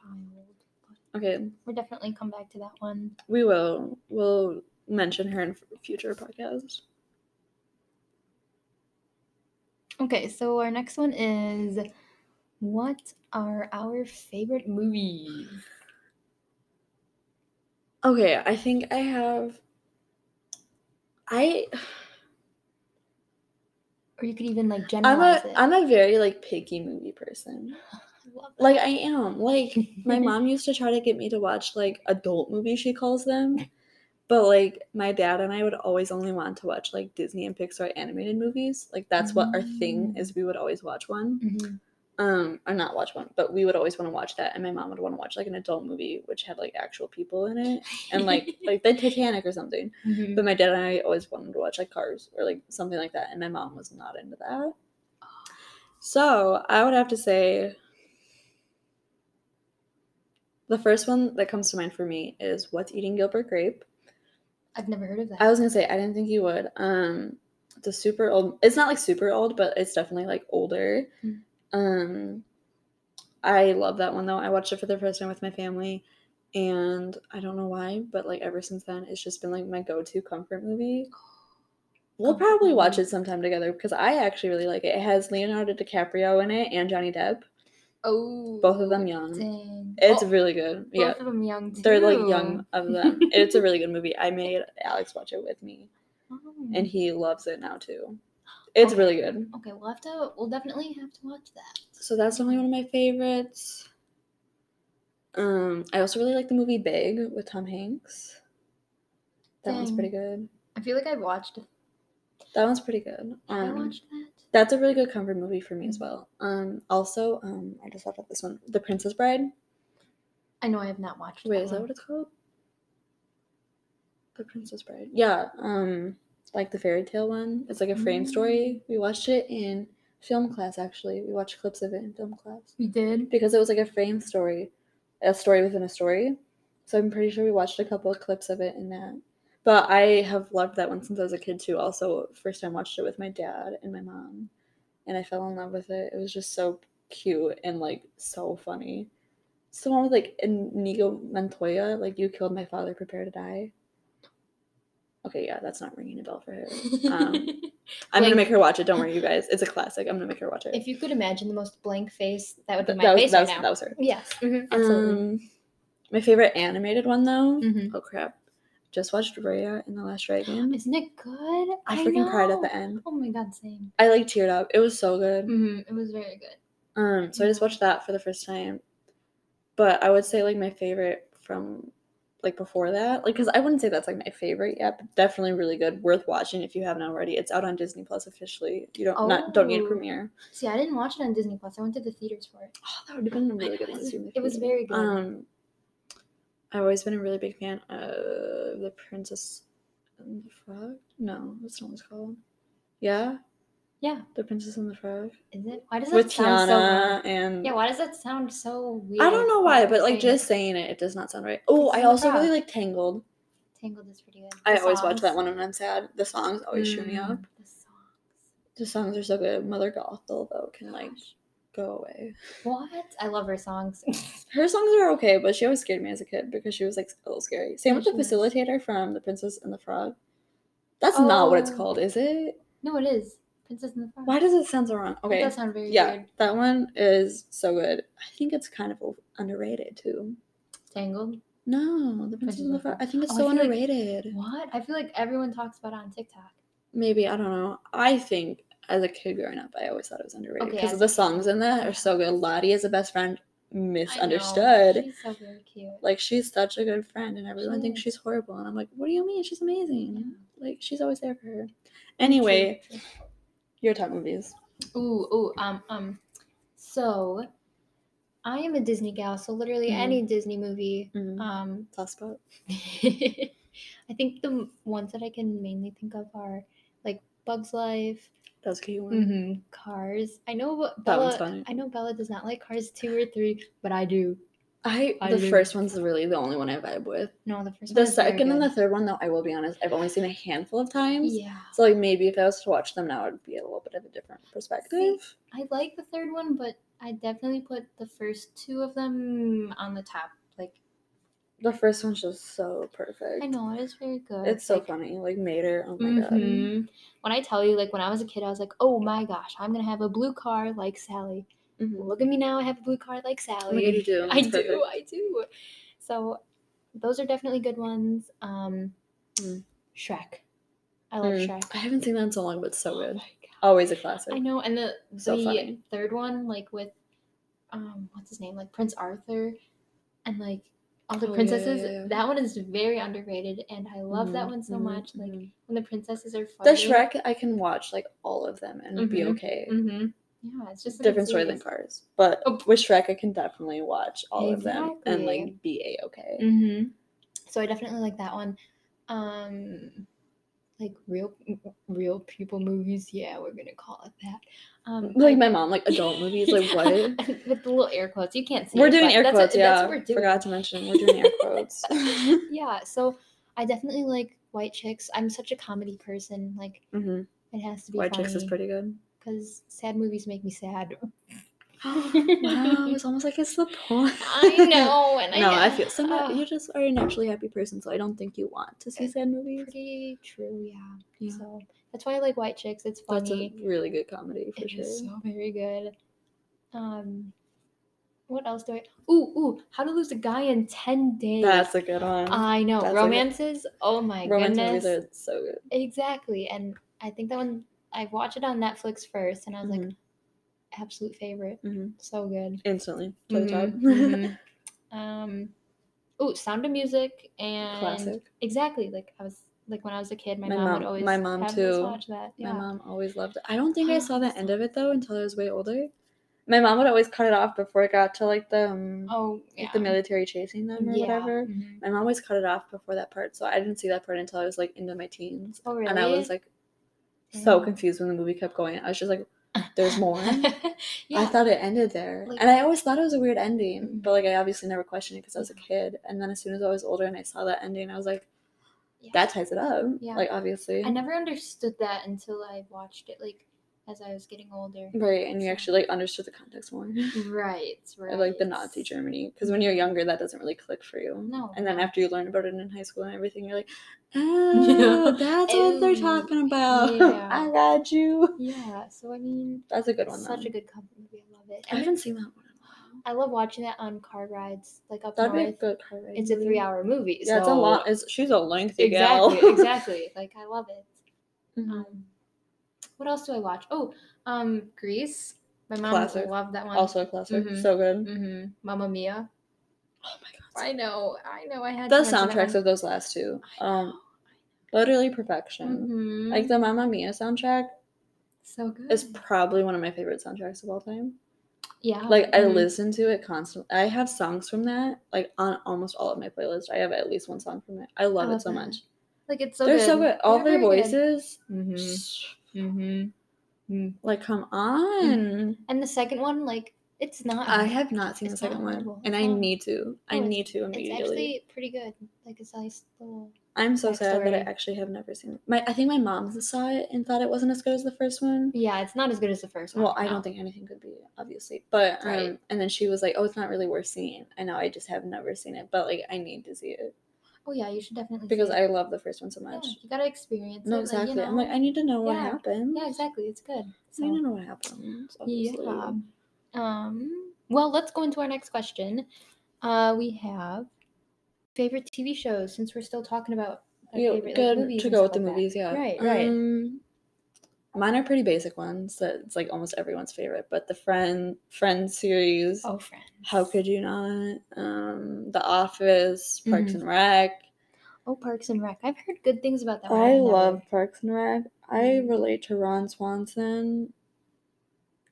Speaker 1: Okay,
Speaker 2: We'll definitely come back to that one.
Speaker 1: we will we'll mention her in f- future podcasts.
Speaker 2: Okay, so our next one is what are our favorite movies?
Speaker 1: Okay, I think I have. I
Speaker 2: Or you could even like
Speaker 1: I'm
Speaker 2: generalize
Speaker 1: a
Speaker 2: it.
Speaker 1: I'm a very like picky movie person.
Speaker 2: Love that.
Speaker 1: Like I am. Like my mom used to try to get me to watch like adult movies she calls them. But like my dad and I would always only want to watch like Disney and Pixar animated movies. Like that's what our thing
Speaker 2: Mm.
Speaker 1: is we would always watch one.
Speaker 2: Mhm.
Speaker 1: Um or not watch one, but we would always want to watch that and my mom would want to watch like an adult movie which had like actual people in it and like like the Titanic or something.
Speaker 2: Mhm.
Speaker 1: But my dad and I always wanted to watch like Cars or like something like that, and my mom was not into that. So I would have to say the first one that comes to mind for me is What's Eating Gilbert Grape.
Speaker 2: I've never heard of that.
Speaker 1: I was gonna say I didn't think you would. Um, it's a super old. It's not like super old, but it's definitely like older.
Speaker 2: Mm.
Speaker 1: Um, I love that one though. I watched it for the first time with my family, and I don't know why, but like ever since then, it's just been like my go-to comfort movie. We'll
Speaker 2: Comfort
Speaker 1: probably watch
Speaker 2: movie.
Speaker 1: it sometime together because I actually really like it. It has Leonardo DiCaprio in it and Johnny Depp,
Speaker 2: oh,
Speaker 1: both of them young.
Speaker 2: dang.
Speaker 1: It's
Speaker 2: Oh,
Speaker 1: really good.
Speaker 2: both
Speaker 1: Yeah,
Speaker 2: of them young too.
Speaker 1: they're like young of them. it's a really good movie. I made Alex watch it with me
Speaker 2: Oh.
Speaker 1: and he loves it now too. It's
Speaker 2: Okay.
Speaker 1: really good.
Speaker 2: Okay, we'll have to. We'll definitely have to watch that.
Speaker 1: So that's definitely one of my favorites. Um, I also really like the movie Big with Tom Hanks. That one's
Speaker 2: Dang.
Speaker 1: pretty good.
Speaker 2: I feel like I've watched.
Speaker 1: That one's pretty good.
Speaker 2: I
Speaker 1: Um,
Speaker 2: watched Mm. that.
Speaker 1: that's a really good comfort movie for me as well. Um, also, um, I just thought about this one, The Princess Bride.
Speaker 2: I know I have not watched.
Speaker 1: Wait, is that
Speaker 2: one.
Speaker 1: what it's called? The Princess Bride. Yeah. Um, like the fairy tale one. It's like a frame story.
Speaker 2: Mm.
Speaker 1: We watched it in film class. Actually, we watched clips of it in film class.
Speaker 2: we did?
Speaker 1: because it was like a frame story, a story within a story. So I'm pretty sure we watched a couple of clips of it in that. But I have loved that one since I was a kid too. Also, first time watched it with my dad and my mom, and I fell in love with it. It was just so cute and like so funny. It's the one with like Inigo Montoya, like you killed my father, prepare to die. Okay, yeah, that's not ringing a bell for her. Um, I'm gonna
Speaker 2: Like-
Speaker 1: make her watch it. Don't worry, you guys. It's a classic. I'm gonna make her watch it.
Speaker 2: if you could imagine the most blank face, that would be
Speaker 1: Th-
Speaker 2: my
Speaker 1: that was-
Speaker 2: face
Speaker 1: that
Speaker 2: right
Speaker 1: was-
Speaker 2: now.
Speaker 1: that was her.
Speaker 2: Yes, mhm, absolutely.
Speaker 1: Um, my favorite animated one though.
Speaker 2: Mhm.
Speaker 1: Oh crap! Just watched Raya and the Last Dragon.
Speaker 2: Isn't it good?
Speaker 1: I freaking cried at
Speaker 2: know.
Speaker 1: the end.
Speaker 2: Oh my god, same.
Speaker 1: I like teared up. It was so good.
Speaker 2: hmm It was very good.
Speaker 1: Um, so I just watched that for the first time. But I would say like my favorite from like before that, like because I wouldn't say that's like my favorite yet, but definitely really good, worth watching if you haven't already. It's out on Disney Plus officially. You don't not don't need
Speaker 2: Oh.
Speaker 1: Premiere.
Speaker 2: See, I didn't watch it on Disney Plus. I went to the theaters for it.
Speaker 1: Oh, that would have been a really good one. to
Speaker 2: It
Speaker 1: see in the
Speaker 2: it was
Speaker 1: theater.
Speaker 2: very good.
Speaker 1: Um, I've always been a really big fan of the Princess and the Frog. No, that's not what it's called. Yeah,
Speaker 2: yeah,
Speaker 1: the Princess and the Frog
Speaker 2: is it? Why does that
Speaker 1: with
Speaker 2: sound
Speaker 1: Tiana
Speaker 2: so?
Speaker 1: and
Speaker 2: Weird? Yeah, why does that sound so weird?
Speaker 1: I don't know why, but like
Speaker 2: Saying
Speaker 1: just saying it, it does not sound right. Oh,
Speaker 2: Princess
Speaker 1: I
Speaker 2: and the
Speaker 1: also really
Speaker 2: Frog.
Speaker 1: like Tangled.
Speaker 2: Tangled is pretty good.
Speaker 1: I
Speaker 2: The
Speaker 1: always watch that
Speaker 2: songs.
Speaker 1: one when I'm sad. The songs always cheer me up.
Speaker 2: Mm, The songs.
Speaker 1: The songs are so good. Mother Gothel though can like
Speaker 2: Gosh.
Speaker 1: go away.
Speaker 2: what? I love her songs.
Speaker 1: Her songs are okay, but she always scared me as a kid because she was like a little scary. Same
Speaker 2: Yeah,
Speaker 1: with the
Speaker 2: she was.
Speaker 1: facilitator from The Princess and the Frog. That's not what it's
Speaker 2: Oh.
Speaker 1: called, is it?
Speaker 2: no, it is Princess and the Frog.
Speaker 1: Why does it sound so wrong?
Speaker 2: It
Speaker 1: Okay.
Speaker 2: does sound very
Speaker 1: Yeah,
Speaker 2: weird.
Speaker 1: that one is so good. I think it's kind of o- underrated too.
Speaker 2: Tangled.
Speaker 1: No, The Princess and the Frog. I think it's
Speaker 2: Oh, I
Speaker 1: so
Speaker 2: feel like-
Speaker 1: underrated.
Speaker 2: What? I feel like everyone talks about it on TikTok.
Speaker 1: Maybe, I don't know. I think as a kid growing up, I always thought it was underrated
Speaker 2: Okay,
Speaker 1: because
Speaker 2: as
Speaker 1: the
Speaker 2: a kid.
Speaker 1: songs in that are so good. Lottie is a best friend,
Speaker 2: I know,
Speaker 1: misunderstood.
Speaker 2: She's so very cute.
Speaker 1: like she's such a good friend and everyone thinks
Speaker 2: is.
Speaker 1: she's horrible and i'm like what do you mean she's amazing like she's always there for her
Speaker 2: True,
Speaker 1: anyway
Speaker 2: true.
Speaker 1: your top movies
Speaker 2: Ooh, ooh, um, um. So, I am a Disney gal, so literally
Speaker 1: Mhm.
Speaker 2: any Disney movie.
Speaker 1: mm.
Speaker 2: Um,
Speaker 1: soft spot
Speaker 2: I think the m- ones that I can mainly think of are like Bugs Life,
Speaker 1: that was a cute one
Speaker 2: mhm, Cars. I know what
Speaker 1: Mm-hmm. That one's
Speaker 2: Bella.
Speaker 1: funny.
Speaker 2: I know Bella does not like Cars two or three, but I do.
Speaker 1: I
Speaker 2: I
Speaker 1: the
Speaker 2: do.
Speaker 1: first one's really the only one I vibe with.
Speaker 2: No, the first.
Speaker 1: The
Speaker 2: one is very
Speaker 1: second and the
Speaker 2: good.
Speaker 1: third one, though, I will be honest, I've only seen a handful of times.
Speaker 2: Yeah,
Speaker 1: So like maybe if I was to watch them now, it'd be a little bit of a different perspective.
Speaker 2: I like the third one, but I definitely put the first two of them on the top. Like
Speaker 1: The first one's just so perfect.
Speaker 2: I know it is very good.
Speaker 1: It's so
Speaker 2: like,
Speaker 1: funny. Like Mater. Oh my god.
Speaker 2: mhm. When I tell you, like when I was a kid, I was like, "Oh my gosh, I'm gonna have a blue car like Sally."
Speaker 1: Mhm.
Speaker 2: Look at me now, I have a blue car like
Speaker 1: Oh my god,
Speaker 2: Sally.
Speaker 1: you do.
Speaker 2: I
Speaker 1: It's
Speaker 2: do,
Speaker 1: perfect.
Speaker 2: I do. So those are definitely good ones. Um,
Speaker 1: Mm.
Speaker 2: Shrek, I love
Speaker 1: Mm.
Speaker 2: Shrek.
Speaker 1: I haven't seen that in so long, but it's so
Speaker 2: Oh
Speaker 1: good.
Speaker 2: my God.
Speaker 1: Always a classic.
Speaker 2: I know, and the
Speaker 1: So
Speaker 2: the
Speaker 1: funny.
Speaker 2: third one, like with um, what's his name, like Prince Arthur, and like all the
Speaker 1: Oh, yeah, yeah,
Speaker 2: princesses.
Speaker 1: yeah.
Speaker 2: That one is very underrated, and I love that
Speaker 1: Mhm,
Speaker 2: one so
Speaker 1: mhm,
Speaker 2: much. Like
Speaker 1: mhm.
Speaker 2: when the princesses are
Speaker 1: the
Speaker 2: fighting.
Speaker 1: Shrek, I can watch like all of them and be
Speaker 2: Mhm,
Speaker 1: okay.
Speaker 2: hmm Yeah, it's just a good
Speaker 1: Different story than
Speaker 2: series.
Speaker 1: Cars, but
Speaker 2: Oh.
Speaker 1: with Shrek, I can definitely watch all of them and
Speaker 2: Exactly.
Speaker 1: like be a okay.
Speaker 2: Mm-hmm. So I definitely like that one. Um, like real real people movies. Yeah, we're gonna call it that. Um,
Speaker 1: Like my mom, like adult movies, like what?
Speaker 2: With the little air quotes, you can't see.
Speaker 1: We're
Speaker 2: it,
Speaker 1: doing
Speaker 2: but
Speaker 1: air
Speaker 2: that's
Speaker 1: quotes,
Speaker 2: What,
Speaker 1: yeah.
Speaker 2: that's what we're doing.
Speaker 1: Forgot to mention we're doing air quotes. Mm-hmm.
Speaker 2: Yeah, so I definitely like White Chicks. I'm such a comedy person. Like
Speaker 1: hmm
Speaker 2: it has to be
Speaker 1: White Chicks is
Speaker 2: funny,
Speaker 1: pretty good.
Speaker 2: because sad movies make me sad.
Speaker 1: wow, it's almost like it's the point.
Speaker 2: I know, and I
Speaker 1: no,
Speaker 2: know.
Speaker 1: I Uh, feel some
Speaker 2: Ah,
Speaker 1: you just are a naturally happy person, so I don't think you want to see sad movies.
Speaker 2: pretty true, yeah.
Speaker 1: Yeah.
Speaker 2: So that's why I like White Chicks. It's
Speaker 1: That's a
Speaker 2: funny.
Speaker 1: really good comedy for
Speaker 2: It
Speaker 1: sure.
Speaker 2: is so very good. Um, what else do I? Ooh, ooh, How to Lose a Guy in Ten Days.
Speaker 1: That's a good one.
Speaker 2: I know
Speaker 1: that's a good-
Speaker 2: romances. oh my
Speaker 1: Romance
Speaker 2: goodness.
Speaker 1: movies are so good.
Speaker 2: Exactly. And I think that one, I watched it on Netflix first and I was like,
Speaker 1: Mhm.
Speaker 2: absolute favorite.
Speaker 1: Mhm.
Speaker 2: So good.
Speaker 1: Instantly. To the top.
Speaker 2: Mhm,
Speaker 1: mm-hmm.
Speaker 2: mhm. um, oh, Sound of Music and.
Speaker 1: Classic.
Speaker 2: Exactly. Like I was, like when I was a kid, my,
Speaker 1: My
Speaker 2: mom,
Speaker 1: mom-
Speaker 2: would always
Speaker 1: my mom
Speaker 2: have us
Speaker 1: too.
Speaker 2: watch that. Yeah.
Speaker 1: My mom always loved it. I don't think I saw the end of it though until I was way older. My mom would always cut it off before it got to like the um,
Speaker 2: oh, yeah.
Speaker 1: like the military chasing them or
Speaker 2: Yeah,
Speaker 1: whatever.
Speaker 2: mhm.
Speaker 1: My mom always cut it off before that part, so I didn't see that part until I was like into my teens.
Speaker 2: Oh, really?
Speaker 1: And I was like so
Speaker 2: Dang.
Speaker 1: confused when the movie kept going. I was just like, there's more.
Speaker 2: yeah.
Speaker 1: I thought it ended there.
Speaker 2: Like-
Speaker 1: and I always thought it was a weird ending,
Speaker 2: Mhm.
Speaker 1: but like I obviously never questioned it because I was a
Speaker 2: Mm-hmm.
Speaker 1: kid. And then as soon as I was older and I saw that ending, I was like,
Speaker 2: Yeah.
Speaker 1: that ties it up.
Speaker 2: Yeah.
Speaker 1: Like obviously.
Speaker 2: I never understood that until I watched it, like as I was getting older.
Speaker 1: Right, and you actually like understood the context more.
Speaker 2: Right. Right.
Speaker 1: Or, like the Nazi Germany, because when you're younger, that doesn't really click for you.
Speaker 2: No.
Speaker 1: And then
Speaker 2: no.
Speaker 1: after you learn about it in high school and everything, you're like, oh, that's what they're
Speaker 2: Ew.
Speaker 1: talking about.
Speaker 2: Yeah.
Speaker 1: I got you.
Speaker 2: Yeah, so I mean,
Speaker 1: That's a good one.
Speaker 2: such
Speaker 1: though.
Speaker 2: a good comfort movie. I love it.
Speaker 1: I
Speaker 2: And
Speaker 1: haven't seen that one. in a while.
Speaker 2: I love watching that on car rides, like up
Speaker 1: That'd be a
Speaker 2: north.
Speaker 1: good car ride
Speaker 2: It's a
Speaker 1: movie.
Speaker 2: three-hour movie.
Speaker 1: Yeah, it's a
Speaker 2: so-
Speaker 1: lot. It's she's a lengthy
Speaker 2: Exactly,
Speaker 1: gal.
Speaker 2: exactly. Like I love it.
Speaker 1: Mhm.
Speaker 2: Um, what else do I watch? Oh, um, Grease. My mom
Speaker 1: Classic.
Speaker 2: loved that one.
Speaker 1: Also a classic.
Speaker 2: Mhm.
Speaker 1: So good.
Speaker 2: mm-hmm. Mamma Mia.
Speaker 1: Oh my god.
Speaker 2: I know, I know. I had
Speaker 1: The soundtracks of those last two, um, literally perfection.
Speaker 2: hmm
Speaker 1: Like the Mamma Mia soundtrack
Speaker 2: so good.
Speaker 1: is probably one of my favorite soundtracks of all time.
Speaker 2: yeah,
Speaker 1: Like I
Speaker 2: mhm.
Speaker 1: listen to it constantly. I have songs from that like on almost all of my playlists. I have at least one song from it. I love
Speaker 2: love
Speaker 1: it so
Speaker 2: that.
Speaker 1: much.
Speaker 2: Like it's Oh, so.
Speaker 1: They're
Speaker 2: good.
Speaker 1: so good. All
Speaker 2: They're
Speaker 1: their
Speaker 2: very good.
Speaker 1: voices,
Speaker 2: Mhm, mhm. Mm.
Speaker 1: like come on.
Speaker 2: And the second one, like, it's not.
Speaker 1: I have not seen
Speaker 2: It's
Speaker 1: the
Speaker 2: not
Speaker 1: second one,
Speaker 2: horrible.
Speaker 1: and
Speaker 2: It's
Speaker 1: I
Speaker 2: not-
Speaker 1: need to. I
Speaker 2: No, it's-
Speaker 1: need to
Speaker 2: It's
Speaker 1: immediately.
Speaker 2: actually pretty good. Like it's nice little.
Speaker 1: I'm so sad that I
Speaker 2: backstory.
Speaker 1: actually have never seen it. My I think my mom saw it and thought it wasn't as good as the first one.
Speaker 2: Yeah, it's not as good as the first one.
Speaker 1: Well, I don't think anything could be obviously, but um,
Speaker 2: Right.
Speaker 1: and then she was like, "Oh, it's not really worth seeing." I know I just have never seen it, but like I need to see it
Speaker 2: Oh yeah, you should definitely. see
Speaker 1: because
Speaker 2: it.
Speaker 1: I love the first one so
Speaker 2: Yeah,
Speaker 1: much.
Speaker 2: you gotta experience
Speaker 1: No,
Speaker 2: it.
Speaker 1: exactly.
Speaker 2: Like, you
Speaker 1: I'm like,
Speaker 2: know?
Speaker 1: I need to know what
Speaker 2: Yeah.
Speaker 1: happened.
Speaker 2: yeah, exactly. It's good.
Speaker 1: I need to
Speaker 2: So,
Speaker 1: know what happened. Obviously.
Speaker 2: yeah. Um. Well, let's go into our next question. Uh, we have favorite TV shows. Since we're still talking about our
Speaker 1: Yeah,
Speaker 2: favorite like,
Speaker 1: good
Speaker 2: movies
Speaker 1: to
Speaker 2: and
Speaker 1: go
Speaker 2: stuff
Speaker 1: with the
Speaker 2: like that.
Speaker 1: movies, yeah.
Speaker 2: Right, right.
Speaker 1: Um, mine are pretty basic ones. That it's like almost everyone's favorite, but the Friend Friends series.
Speaker 2: Oh, friends.
Speaker 1: How could you not? Um, The Office, Parks
Speaker 2: Mm-hmm.
Speaker 1: and Rec.
Speaker 2: Oh, Parks and Rec. I've heard good things about that. one.
Speaker 1: I
Speaker 2: I've never-
Speaker 1: love Parks and Rec. I
Speaker 2: Mhm.
Speaker 1: relate to Ron Swanson.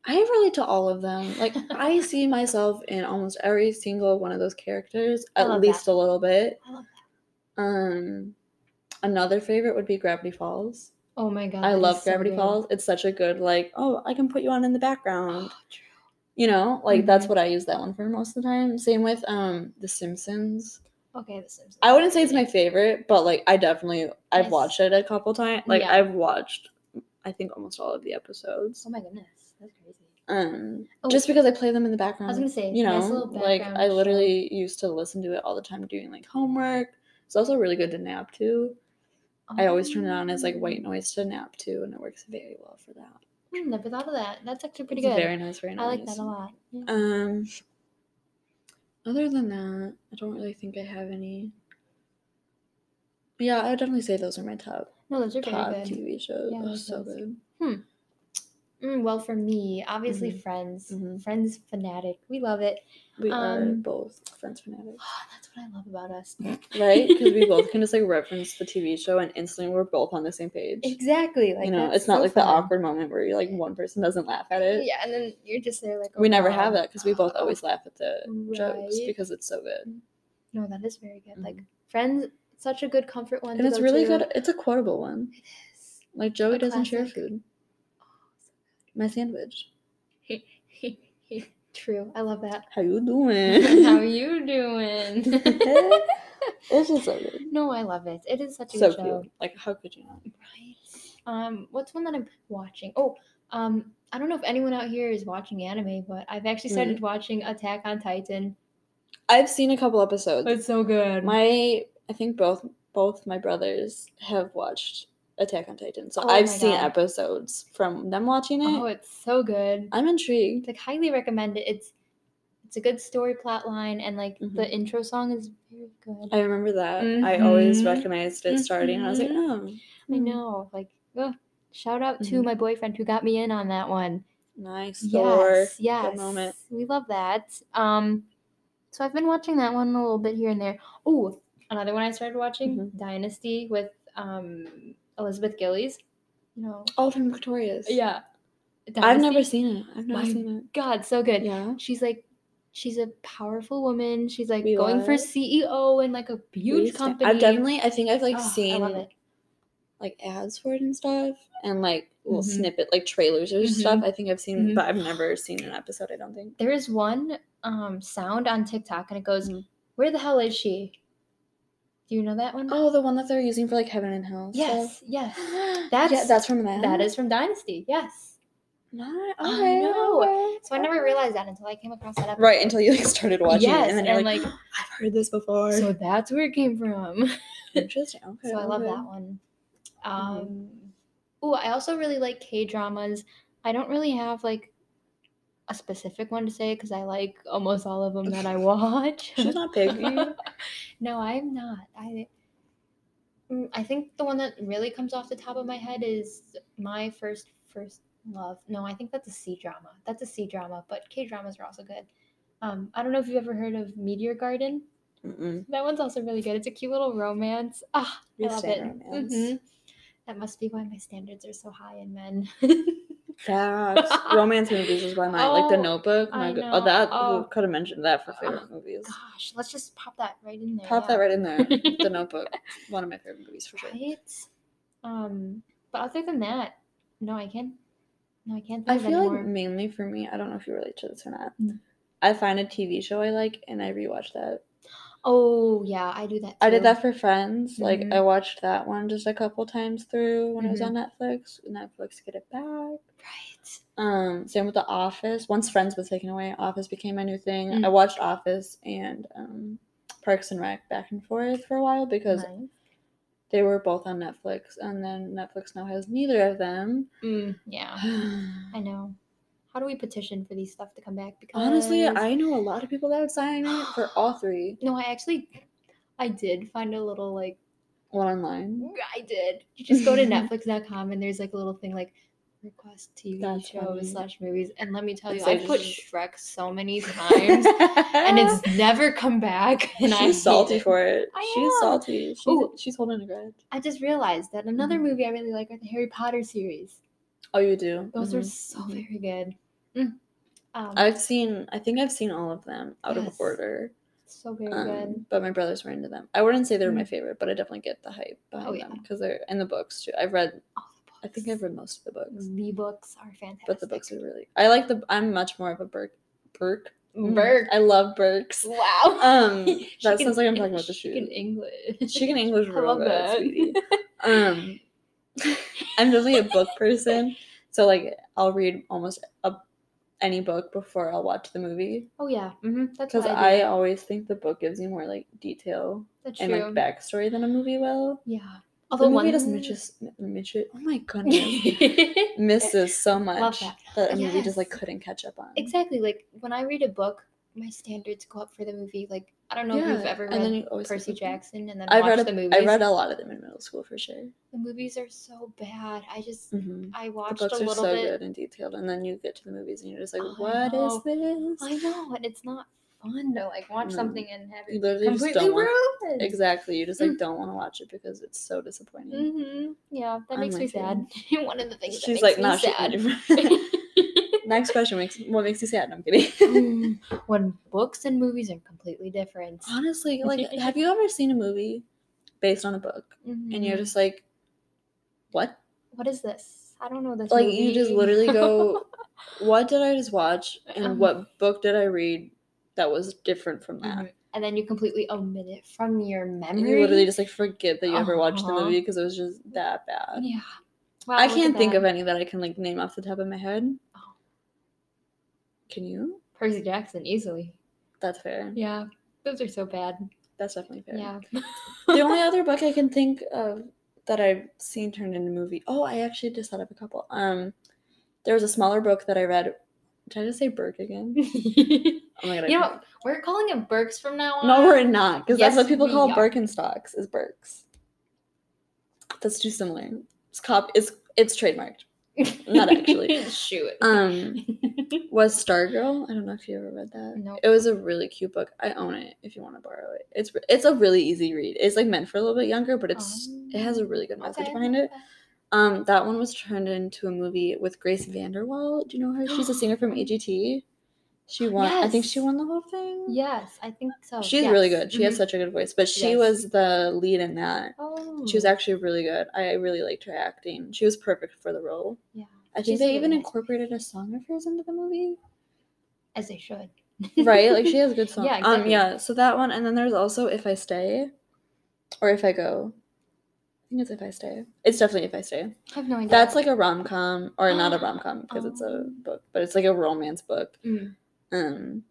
Speaker 1: I relate to all of them. Like I see myself in almost every single one of those characters,
Speaker 2: I
Speaker 1: at
Speaker 2: love
Speaker 1: least
Speaker 2: that.
Speaker 1: a little bit.
Speaker 2: I love
Speaker 1: Um, another favorite would be Gravity Falls.
Speaker 2: Oh my god.
Speaker 1: I
Speaker 2: that
Speaker 1: love
Speaker 2: is so
Speaker 1: Gravity
Speaker 2: good.
Speaker 1: Falls. It's such a good like. Oh, I can put you on in the background.
Speaker 2: Oh, true.
Speaker 1: You know, like that's
Speaker 2: Mhm.
Speaker 1: what I use that one for most of the time. Same with um The Simpsons.
Speaker 2: Okay, The Simpsons.
Speaker 1: I wouldn't say it's my favorite, but like I definitely I've
Speaker 2: Yes.
Speaker 1: watched it a couple times. Like
Speaker 2: Yeah.
Speaker 1: I've watched I think almost all of the episodes.
Speaker 2: Oh my goodness, that's crazy.
Speaker 1: Um
Speaker 2: Oh,
Speaker 1: just because I play them in the background.
Speaker 2: gonna say,
Speaker 1: you know,
Speaker 2: nice little
Speaker 1: like
Speaker 2: background
Speaker 1: I
Speaker 2: show.
Speaker 1: literally used to listen to it all the time doing like homework. It's also really good to nap to. I always turn it on as like white
Speaker 2: Um,
Speaker 1: noise to nap to, and it works very well for that.
Speaker 2: hmm, never thought of that. That's actually pretty
Speaker 1: It's
Speaker 2: good.
Speaker 1: Very nice, very nice.
Speaker 2: I like that a lot. Yeah.
Speaker 1: Um, other than that, I don't really think I have any. Yeah, I would definitely say those are my top
Speaker 2: No, those are
Speaker 1: top
Speaker 2: very good.
Speaker 1: TV shows.
Speaker 2: Yeah,
Speaker 1: Oh,
Speaker 2: those
Speaker 1: so
Speaker 2: ones.
Speaker 1: good.
Speaker 2: Mm, well, for me, obviously,
Speaker 1: Mhm.
Speaker 2: Friends,
Speaker 1: Mhm.
Speaker 2: Friends fanatic. We love it.
Speaker 1: We are
Speaker 2: Um,
Speaker 1: both Friends fanatics,
Speaker 2: that's what I love about us.
Speaker 1: right? Because we both can just like reference the TV show, and instantly we're both on the same page.
Speaker 2: Exactly. Like
Speaker 1: you know,
Speaker 2: that's
Speaker 1: it's not
Speaker 2: so
Speaker 1: like the
Speaker 2: fun.
Speaker 1: awkward moment where you like one person doesn't laugh at it.
Speaker 2: Yeah, and then you're just there like.
Speaker 1: We
Speaker 2: oh,
Speaker 1: never
Speaker 2: wow.
Speaker 1: have that because we both always laugh at the jokes
Speaker 2: Right.
Speaker 1: because it's so good.
Speaker 2: No, that is very good. Like Friends, such a good comfort one.
Speaker 1: And
Speaker 2: to
Speaker 1: it's
Speaker 2: go
Speaker 1: really
Speaker 2: to.
Speaker 1: good. It's a quotable one.
Speaker 2: Yes.
Speaker 1: Like Joey
Speaker 2: A
Speaker 1: doesn't share
Speaker 2: classic. Oh,
Speaker 1: food. My sandwich.
Speaker 2: True. I love that.
Speaker 1: How you
Speaker 2: How
Speaker 1: doing?
Speaker 2: you doing?
Speaker 1: it's just so good.
Speaker 2: no, I love it. It is such a
Speaker 1: So
Speaker 2: good show.
Speaker 1: cute. Like how could you not?
Speaker 2: Right. Um, what's one that I'm watching? Oh, um, I don't know if anyone out here is watching anime, but I've actually started watching Attack on Titan.
Speaker 1: I've seen a couple episodes.
Speaker 2: It's so good.
Speaker 1: my I think both both my brothers have watched Attack on Titan. So
Speaker 2: Oh
Speaker 1: I've
Speaker 2: my
Speaker 1: seen
Speaker 2: God.
Speaker 1: episodes from them watching it.
Speaker 2: oh, it's so good.
Speaker 1: I'm intrigued.
Speaker 2: like highly recommend it. It's it's a good story plot line and like the
Speaker 1: Mhm.
Speaker 2: intro song is very good.
Speaker 1: I remember that. I always
Speaker 2: Mhm.
Speaker 1: recognized it starting. and I was like, oh,
Speaker 2: Mm-hmm. I
Speaker 1: hmm,
Speaker 2: know. Like ugh. shout out to
Speaker 1: Mhm.
Speaker 2: my boyfriend who got me in on that one.
Speaker 1: hmm, nice Thor.
Speaker 2: yes, yes.
Speaker 1: Good moment.
Speaker 2: We love that. Um so I've been watching that one a little bit here and there. Oh, another one I started watching,
Speaker 1: Mm-hmm.
Speaker 2: Dynasty with um Elizabeth Gillies. You know.
Speaker 1: Oh, from Victorious.
Speaker 2: Yeah.
Speaker 1: I've never
Speaker 2: Dynasty.
Speaker 1: seen it. I've never
Speaker 2: My
Speaker 1: seen
Speaker 2: God, so good.
Speaker 1: it. Yeah.
Speaker 2: she's like she's a powerful woman she's like
Speaker 1: We
Speaker 2: going for
Speaker 1: love-
Speaker 2: ceo in like a huge
Speaker 1: Waste-
Speaker 2: company
Speaker 1: I've definitely, I think I've like
Speaker 2: Oh,
Speaker 1: seen
Speaker 2: I love it.
Speaker 1: like ads for it and stuff, and like little
Speaker 2: Mhm.
Speaker 1: snippet, like trailers or
Speaker 2: Mhm.
Speaker 1: stuff. I think I've seen,
Speaker 2: Mhm.
Speaker 1: but I've never seen an episode. I don't think.
Speaker 2: there is one um sound on tiktok and it goes
Speaker 1: Mhm.
Speaker 2: where the hell is she do you know that one?
Speaker 1: Oh, the one that they're using for like heaven and hell.
Speaker 2: yes yes
Speaker 1: that's
Speaker 2: That's-
Speaker 1: that's from that.
Speaker 2: that is from dynasty yes
Speaker 1: not.
Speaker 2: I
Speaker 1: Okay,
Speaker 2: know.
Speaker 1: okay,
Speaker 2: so i never
Speaker 1: okay.
Speaker 2: realized that until i came across that episode.
Speaker 1: Right until you like started watching
Speaker 2: yes
Speaker 1: it, and then you're like, "Oh, I've heard this before.
Speaker 2: so that's where it came from
Speaker 1: Interesting. Okay,
Speaker 2: so i love
Speaker 1: okay.
Speaker 2: that one um oh i also really like k dramas i don't really have like a specific one to say because i like almost all of them that i watch
Speaker 1: She's not picky.
Speaker 2: no i'm not i Mm, i think the one that really comes off the top of my head is my first first love no i think that's a c drama that's a c drama but k dramas are also good um, i don't know if you've ever heard of meteor garden
Speaker 1: Mm-mm.
Speaker 2: that one's also really good it's a cute little romance ah
Speaker 1: You
Speaker 2: I love
Speaker 1: stand
Speaker 2: it.
Speaker 1: romance.
Speaker 2: Mhm. That must be why my standards are so high in men.
Speaker 1: Facts. Romance movies is why my like The
Speaker 2: Oh,
Speaker 1: Notebook. My
Speaker 2: I
Speaker 1: go-
Speaker 2: know.
Speaker 1: Oh, that
Speaker 2: Oh.
Speaker 1: could have mentioned that for
Speaker 2: Oh,
Speaker 1: favorite movies.
Speaker 2: Gosh, let's just pop that right in there.
Speaker 1: Pop that right in there. the Notebook, one of my favorite movies for sure.
Speaker 2: Right? Um, but other than that, no, I can't. No, I can't. Think
Speaker 1: I
Speaker 2: of
Speaker 1: feel
Speaker 2: anymore.
Speaker 1: like mainly for me, I don't know if you relate to this or not.
Speaker 2: Mm.
Speaker 1: I find a TV show I like and I rewatch that.
Speaker 2: Oh yeah, I do that. Too.
Speaker 1: I did that for Friends. Like
Speaker 2: Mhm.
Speaker 1: I watched that one just a couple times through when it was
Speaker 2: Mhm.
Speaker 1: on Netflix. Netflix get it back.
Speaker 2: Right.
Speaker 1: Um, same with The Office. Once Friends was taken away, Office became my new thing.
Speaker 2: Mm.
Speaker 1: I watched Office and um, Parks and Rec back and forth for a while because
Speaker 2: Nice.
Speaker 1: they were both on Netflix, and then Netflix now has neither of them.
Speaker 2: Mm, yeah, I know. How do we petition for these stuff to come back? Because
Speaker 1: Honestly, I know a lot of people that would sign it for all three.
Speaker 2: no, I actually, I did find a little like.
Speaker 1: One online.
Speaker 2: I did. You just go to Netflix.com and there's like a little thing like request TV
Speaker 1: That's
Speaker 2: shows
Speaker 1: funny.
Speaker 2: slash movies. And let me tell
Speaker 1: And
Speaker 2: you,
Speaker 1: so
Speaker 2: I
Speaker 1: you
Speaker 2: put
Speaker 1: just-
Speaker 2: Shrek so many times and it's never come back. And
Speaker 1: she's
Speaker 2: I hate
Speaker 1: salty
Speaker 2: it.
Speaker 1: for it.
Speaker 2: I
Speaker 1: she's
Speaker 2: am.
Speaker 1: salty. She's,
Speaker 2: Ooh.
Speaker 1: she's holding a grudge.
Speaker 2: I just realized that another
Speaker 1: Mhm.
Speaker 2: movie I really like are the Harry Potter series.
Speaker 1: Oh, you do.
Speaker 2: Those are
Speaker 1: Mhm,
Speaker 2: so
Speaker 1: mhm.
Speaker 2: very good. Mm. Um,
Speaker 1: I've seen. I think I've seen all of them out of
Speaker 2: Yes.
Speaker 1: order.
Speaker 2: so very good.
Speaker 1: Um, but my brothers were into them. I wouldn't say they were my
Speaker 2: Mm.
Speaker 1: favorite, but I definitely get the hype behind
Speaker 2: Oh, yeah.
Speaker 1: them because they're in the books too. I've read.
Speaker 2: All the books. Mm-hmm.
Speaker 1: I think I've read most of the books,
Speaker 2: the books are fantastic.
Speaker 1: but the books are really. I like the. I'm much more of a Berg, Burke.
Speaker 2: Burke.
Speaker 1: I love Burks.
Speaker 2: Mm. Wow.
Speaker 1: Um,
Speaker 2: She
Speaker 1: that
Speaker 2: can-
Speaker 1: sounds like I'm talking about the
Speaker 2: she
Speaker 1: shoe.
Speaker 2: can English.
Speaker 1: She can English
Speaker 2: I
Speaker 1: real
Speaker 2: love
Speaker 1: good,
Speaker 2: that.
Speaker 1: sweetie. Um, I'm definitely a book person, so like I'll read almost a, any book before I'll watch the movie.
Speaker 2: oh yeah,
Speaker 1: Mm-hmm. Because
Speaker 2: that's what I,
Speaker 1: I,
Speaker 2: do.
Speaker 1: always think the book gives you more like detail
Speaker 2: that's
Speaker 1: and
Speaker 2: true.
Speaker 1: like backstory than a movie will.
Speaker 2: yeah.
Speaker 1: the movie
Speaker 2: one-
Speaker 1: doesn't just mitch it. Oh my goodness, misses so much
Speaker 2: that.
Speaker 1: a movie just like
Speaker 2: Yes.
Speaker 1: couldn't catch up on.
Speaker 2: exactly. Like when I read a book, my standards go up for the movie. Like I don't know if you've
Speaker 1: Yeah,
Speaker 2: ever
Speaker 1: and then
Speaker 2: read
Speaker 1: you always
Speaker 2: Percy
Speaker 1: look at them.
Speaker 2: Jackson and then
Speaker 1: I
Speaker 2: watched
Speaker 1: read
Speaker 2: the
Speaker 1: a,
Speaker 2: movies.
Speaker 1: I read a lot of them in middle school for sure.
Speaker 2: the movies are so bad. I just
Speaker 1: hmm
Speaker 2: I
Speaker 1: The
Speaker 2: watched
Speaker 1: books
Speaker 2: a
Speaker 1: are
Speaker 2: little
Speaker 1: so
Speaker 2: bit.
Speaker 1: good and detailed, and then you get to the movies and you're just like,
Speaker 2: I
Speaker 1: "What is
Speaker 2: know.
Speaker 1: this?"
Speaker 2: I know, and it's not fun to like watch
Speaker 1: No.
Speaker 2: something and have
Speaker 1: Mm. You
Speaker 2: it
Speaker 1: literally just
Speaker 2: completely
Speaker 1: don't want-
Speaker 2: ruined.
Speaker 1: Exactly. You just like don't want to watch it because it's so disappointing.
Speaker 2: hmm Yeah, that
Speaker 1: I'm
Speaker 2: makes me
Speaker 1: with you.
Speaker 2: sad. One of the things
Speaker 1: She's like,
Speaker 2: that makes me
Speaker 1: "Nah, she-
Speaker 2: sad.
Speaker 1: Next question makes what makes you sad? No, I'm kidding.
Speaker 2: Mm, when books and movies are completely different.
Speaker 1: Honestly, like, have you ever seen a movie based on a book and you're
Speaker 2: Mhm.
Speaker 1: just like, what?
Speaker 2: what is this? I don't know this.
Speaker 1: Like, you just
Speaker 2: movie.
Speaker 1: literally go, what did I just watch?
Speaker 2: Um.
Speaker 1: And what book did I read that was different from that?
Speaker 2: Mhm. and then you completely omit it from your
Speaker 1: And
Speaker 2: memory.
Speaker 1: you literally just like forget that you ever watched the
Speaker 2: Uh-huh.
Speaker 1: movie because it was just that bad.
Speaker 2: yeah. Wow,
Speaker 1: I
Speaker 2: look at
Speaker 1: can't think of
Speaker 2: that.
Speaker 1: any that I can like name off the top of my head.
Speaker 2: Oh.
Speaker 1: Can you?
Speaker 2: Percy Jackson easily.
Speaker 1: That's fair.
Speaker 2: Yeah, those are so bad.
Speaker 1: That's definitely fair.
Speaker 2: Yeah.
Speaker 1: the only other book I can think of that I've seen turned into a movie. Oh, I actually just thought of a couple. Um, there was a smaller book that I read. Did I just say Burke again?
Speaker 2: you
Speaker 1: Oh my god! I
Speaker 2: know, we're calling it Burks from now
Speaker 1: can't-
Speaker 2: on.
Speaker 1: no, we're not because
Speaker 2: Um, Yes,
Speaker 1: that's what people
Speaker 2: we
Speaker 1: call
Speaker 2: are.
Speaker 1: Birkenstocks is Burks. That's too similar. It's cop. It's it's trademarked. not actually.
Speaker 2: Shoot.
Speaker 1: Um, was Stargirl? I don't know if you ever read that.
Speaker 2: Nope.
Speaker 1: It was a really cute book. I own it if you want to borrow it. It's it's a really easy read. It's like meant for a little bit younger, but it's it has a really good message
Speaker 2: Oh, Okay,
Speaker 1: behind it.
Speaker 2: okay.
Speaker 1: Um, that one was turned into a movie with Grace Vanderwall. Do you know her? She's a singer from AGT. She won. I think she
Speaker 2: Yes.
Speaker 1: won the whole thing.
Speaker 2: Yes, I think so.
Speaker 1: she's really
Speaker 2: yes.
Speaker 1: good. She has
Speaker 2: Mhm.
Speaker 1: such a good voice. But she
Speaker 2: Yes.
Speaker 1: was the lead in that.
Speaker 2: Oh.
Speaker 1: She was actually really good. I really liked her acting. She was perfect for the role.
Speaker 2: Yeah.
Speaker 1: I think
Speaker 2: She's
Speaker 1: they
Speaker 2: really
Speaker 1: even
Speaker 2: nice.
Speaker 1: incorporated a song of hers into the movie.
Speaker 2: As they should.
Speaker 1: right? Like she has good songs. Um,
Speaker 2: Yeah, exactly.
Speaker 1: yeah. So that one, and then there's also "If I Stay," or "If I Go." I think it's "If I Stay." It's definitely "If I Stay."
Speaker 2: I have no idea.
Speaker 1: That's like a rom com, or not a rom com because it's a
Speaker 2: Um.
Speaker 1: book, but it's like a romance book.
Speaker 2: Mm.
Speaker 1: Um,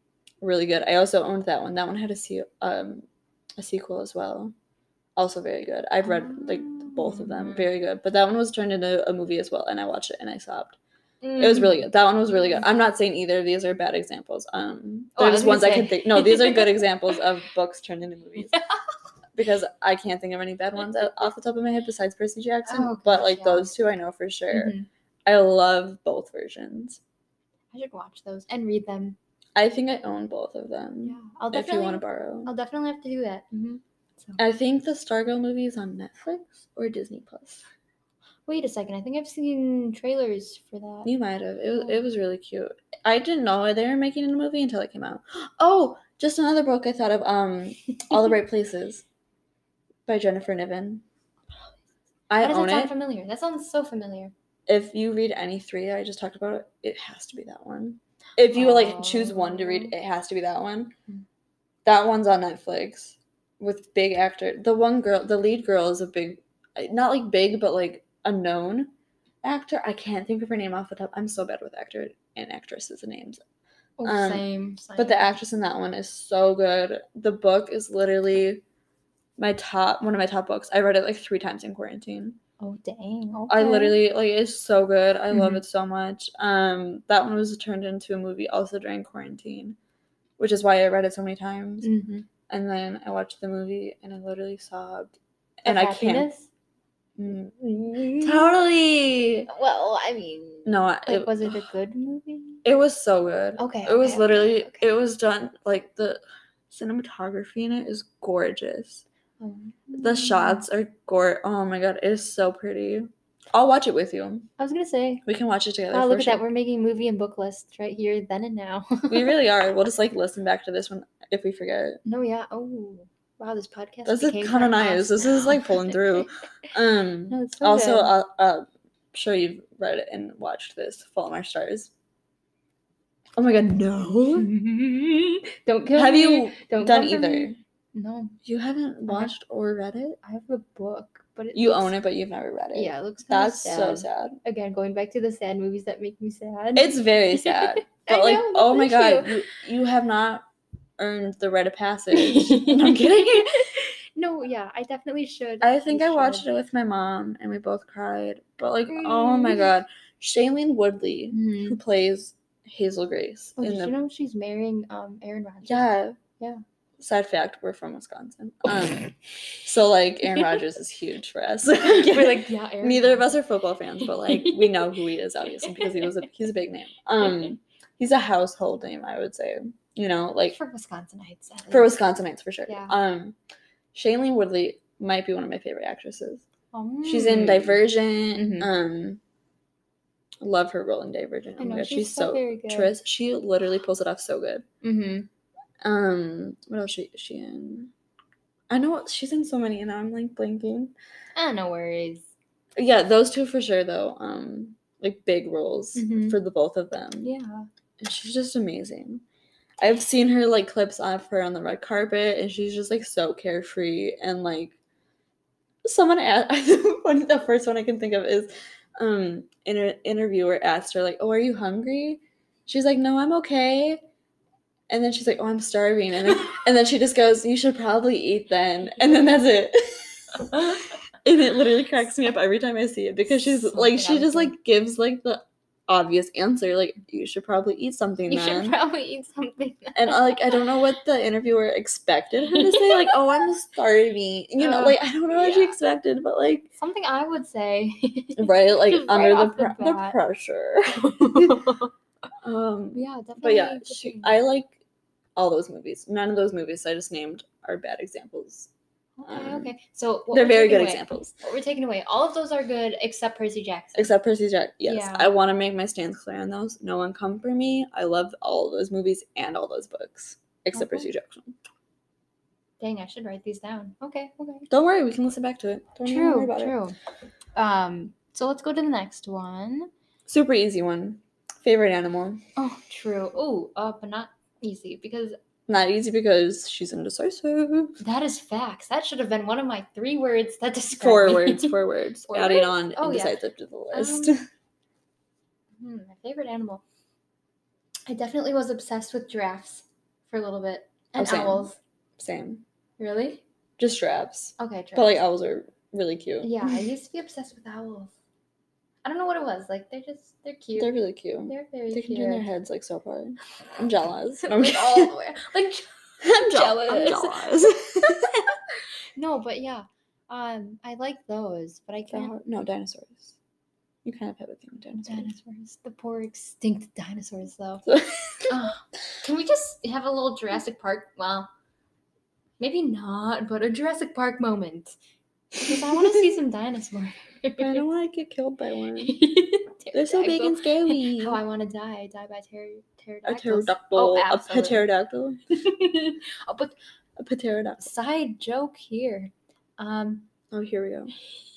Speaker 1: really good. I also owned that one. That one had a se- um a sequel as well. Also very good. I've read like both of them.
Speaker 2: Mm.
Speaker 1: Very good. But that one was turned into a movie as well, and I watched it and I sobbed. It was
Speaker 2: Mm-hmm.
Speaker 1: really good. That one was really good. I'm not saying either of these are bad examples. Um,
Speaker 2: Oh,
Speaker 1: they're
Speaker 2: I was
Speaker 1: just
Speaker 2: gonna
Speaker 1: ones I
Speaker 2: say.
Speaker 1: can think. No, these are good examples of books turned into movies. Because I can't think of any bad ones o- off the top of my head besides Percy Jackson.
Speaker 2: Oh,
Speaker 1: but
Speaker 2: gosh,
Speaker 1: like
Speaker 2: yeah.
Speaker 1: those two, I know for sure.
Speaker 2: Mhm.
Speaker 1: I love both versions.
Speaker 2: I should watch those and read them.
Speaker 1: I think I own both of them.
Speaker 2: Yeah, I'll
Speaker 1: Mm-hmm. if you Uh,
Speaker 2: definitely.
Speaker 1: want to borrow,
Speaker 2: I'll definitely have to do that. hmm So.
Speaker 1: I think the Stargirl movie is on Netflix or Disney Plus.
Speaker 2: Wait a second. I think I've seen trailers for that. Oh.
Speaker 1: You might have. It was,
Speaker 2: Yeah.
Speaker 1: it was really cute. I didn't know they were making a movie until it came out. Oh, just another book I thought of. Um, All the Right Places by Jennifer Niven. I
Speaker 2: How does
Speaker 1: own
Speaker 2: that sound
Speaker 1: it.
Speaker 2: familiar? That sounds so familiar.
Speaker 1: if you read any three I just talked about, it has to be that one. If you like choose one to read,
Speaker 2: Oh.
Speaker 1: it has to be that one.
Speaker 2: Mm.
Speaker 1: That one's on Netflix with big actor. The one girl, the lead girl, is a big, not like big, but like a known actor. I can't think of her name off the top. I'm so bad with actor and actresses and names.
Speaker 2: Oh,
Speaker 1: Um,
Speaker 2: same, same.
Speaker 1: But the actress in that one is so good. The book is literally my top, one of my top books. I read it like three times in quarantine.
Speaker 2: Oh dang. Okay.
Speaker 1: I literally like it's so good. I love
Speaker 2: Mhm.
Speaker 1: it so much. Um, that one was turned into a movie also during quarantine, which is why I read it so many times.
Speaker 2: Mhm.
Speaker 1: And then I watched the movie and I literally sobbed. And I
Speaker 2: Happiness?
Speaker 1: can't Mm, totally.
Speaker 2: Well, I mean.
Speaker 1: No, I-
Speaker 2: Like, was Oh, it a good movie?
Speaker 1: It was so good.
Speaker 2: Okay.
Speaker 1: It was
Speaker 2: okay,
Speaker 1: literally.
Speaker 2: okay, okay.
Speaker 1: It was done like the cinematography in it is gorgeous.
Speaker 2: Um,
Speaker 1: The shots are gore. Oh my god, it is so pretty. I'll watch it with you.
Speaker 2: I was gonna say.
Speaker 1: We can watch it together.
Speaker 2: Wow, look
Speaker 1: for
Speaker 2: at
Speaker 1: sure.
Speaker 2: that. We're making movie and book lists right here, then and now.
Speaker 1: we really are. We'll just like listen back to this one if we forget.
Speaker 2: no, yeah. Oh, wow. This podcast.
Speaker 1: This is
Speaker 2: became
Speaker 1: kind of
Speaker 2: our
Speaker 1: nice.
Speaker 2: podcast
Speaker 1: This is
Speaker 2: now.
Speaker 1: like pulling through. Um,
Speaker 2: No, it's so
Speaker 1: also,
Speaker 2: good.
Speaker 1: I'll, i sure you've read it and watched this. Fall in Our Stars. Oh my god, no.
Speaker 2: don't kill
Speaker 1: Have
Speaker 2: me.
Speaker 1: you
Speaker 2: don't
Speaker 1: done
Speaker 2: come for
Speaker 1: either?
Speaker 2: me. No,
Speaker 1: You haven't watched or read it?
Speaker 2: I have a book, but it
Speaker 1: You
Speaker 2: looks-
Speaker 1: own it, but you've never read it.
Speaker 2: Yeah, it looks kinda
Speaker 1: That's so sad.
Speaker 2: Again, going back to the sad movies that make me sad.
Speaker 1: It's very sad.
Speaker 2: I
Speaker 1: But like,
Speaker 2: know,
Speaker 1: oh my
Speaker 2: bless
Speaker 1: god, you, you have not earned the rite of passage. I'm kidding.
Speaker 2: kidding. no, yeah, I definitely should.
Speaker 1: I think I watched it with my mom and we both cried. But like, oh my
Speaker 2: Mm.
Speaker 1: god. Shailene Woodley,
Speaker 2: hmm
Speaker 1: who plays Hazel Grace
Speaker 2: Oh,
Speaker 1: in
Speaker 2: did
Speaker 1: the
Speaker 2: you know she's marrying um Aaron Rodgers?
Speaker 1: Yeah.
Speaker 2: Yeah.
Speaker 1: Side fact, we're from Wisconsin. Um, so like Aaron Rodgers is huge for us.
Speaker 2: We're like, yeah, Aaron.
Speaker 1: neither of us are football fans, but like we know who he is obviously because he was a he's a big name. Um he's a household name, I would say. You know, like
Speaker 2: for Wisconsinites. that
Speaker 1: for
Speaker 2: is.
Speaker 1: Wisconsinites for sure.
Speaker 2: Yeah.
Speaker 1: Um Shailene Woodley might be one of my favorite actresses.
Speaker 2: Um,
Speaker 1: She's in Divergent.
Speaker 2: Mhm.
Speaker 1: Um love her role in Divergent.
Speaker 2: I
Speaker 1: Oh my
Speaker 2: know
Speaker 1: god,
Speaker 2: she's,
Speaker 1: she's
Speaker 2: so,
Speaker 1: so
Speaker 2: very good.
Speaker 1: Tris, she literally pulls it off so good.
Speaker 2: Mm-hmm.
Speaker 1: Um, what else she she in? I know she's in so many, and I'm like blinking.
Speaker 2: Ah, no worries.
Speaker 1: Yeah, those two for sure though. Um, like big roles
Speaker 2: Mhm.
Speaker 1: for the both of them.
Speaker 2: Yeah.
Speaker 1: and she's just amazing. I've seen her like clips of her on the red carpet, and she's just like so carefree and like. Someone asked one the first one I can think of is, um, in an interviewer asked her like, "Oh, are you hungry?" She's like, "No, I'm okay." And then she's like, "Oh, I'm starving," and then, and then she just goes, "You should probably eat then," and then that's it. and it literally cracks me up every time I see it because she's like, she
Speaker 2: Something
Speaker 1: just
Speaker 2: I'm
Speaker 1: like gives like the obvious answer, like, "You should probably eat something
Speaker 2: You
Speaker 1: then."
Speaker 2: should probably eat something.
Speaker 1: and uh, like I don't know what the interviewer expected her to say, like, "Oh, I'm starving," you know,
Speaker 2: Uh,
Speaker 1: like I don't know what she
Speaker 2: yeah.
Speaker 1: expected, but like,
Speaker 2: Something I would say.
Speaker 1: right, like
Speaker 2: Just right
Speaker 1: under the
Speaker 2: off the
Speaker 1: pr- the,
Speaker 2: bat.
Speaker 1: pressure. Um,
Speaker 2: yeah, definitely.
Speaker 1: but yeah,
Speaker 2: good
Speaker 1: she,
Speaker 2: thing.
Speaker 1: I like all those movies. None of those movies I just named are bad examples.
Speaker 2: Okay,
Speaker 1: um,
Speaker 2: okay. So what
Speaker 1: They're
Speaker 2: we're
Speaker 1: very
Speaker 2: taking
Speaker 1: good
Speaker 2: away-
Speaker 1: examples,
Speaker 2: What we're taking away, all of those are good except Percy Jackson.
Speaker 1: except Percy Jack. Yes,
Speaker 2: Yeah.
Speaker 1: I want to make my stance clear on those. No one come for me. I love all of those movies and all those books, except
Speaker 2: Okay.
Speaker 1: Percy Jackson.
Speaker 2: Dang, I should write these down. Okay, okay.
Speaker 1: Don't worry, we can listen back to it. Don't even worry
Speaker 2: True,
Speaker 1: about it.
Speaker 2: true. Um, so let's go to the next one.
Speaker 1: Super easy one. Favorite animal.
Speaker 2: Oh, true. Oh, uh, but not easy because
Speaker 1: Not easy because she's indecisive.
Speaker 2: that is facts. That should have been one of my three words that describe
Speaker 1: Four
Speaker 2: me.
Speaker 1: words, four words.
Speaker 2: Four
Speaker 1: Adding
Speaker 2: words?
Speaker 1: on
Speaker 2: Oh, yeah.
Speaker 1: indecisive to the list.
Speaker 2: Um, Hmm, my favorite animal. I definitely was obsessed with giraffes for a little bit and
Speaker 1: Oh, same.
Speaker 2: owls.
Speaker 1: Same.
Speaker 2: Really?
Speaker 1: Just giraffes.
Speaker 2: Okay,
Speaker 1: But like owls are really cute.
Speaker 2: Yeah, I used to be obsessed with owls. I don't know what it was. Like they're just they're cute.
Speaker 1: They're
Speaker 2: They're,
Speaker 1: really cute.
Speaker 2: very
Speaker 1: They can
Speaker 2: cute.
Speaker 1: turn their heads like so far. I'm jealous. No, I'm
Speaker 2: Like, all the way. Like
Speaker 1: I'm
Speaker 2: jealous.
Speaker 1: I'm jealous.
Speaker 2: no, but yeah. Um, I like those, but I
Speaker 1: They're
Speaker 2: can't.
Speaker 1: hard- no, dinosaurs. You kind of have a thing with dinosaurs.
Speaker 2: Dinosaurs, the poor extinct dinosaurs, though.
Speaker 1: So-
Speaker 2: Ugh. can we just have a little Jurassic Park? Well, maybe not, but a Jurassic Park moment because I want to see some dinosaurs.
Speaker 1: I don't want to get killed by one. They're
Speaker 2: They're
Speaker 1: so big and scary.
Speaker 2: How I want to die? Die by pter-
Speaker 1: A
Speaker 2: pterodactyls.
Speaker 1: pterodactyl.
Speaker 2: Oh,
Speaker 1: a
Speaker 2: absolutely.
Speaker 1: pterodactyl.
Speaker 2: oh, but
Speaker 1: A pterodactyl.
Speaker 2: side joke here. Um,
Speaker 1: Oh, here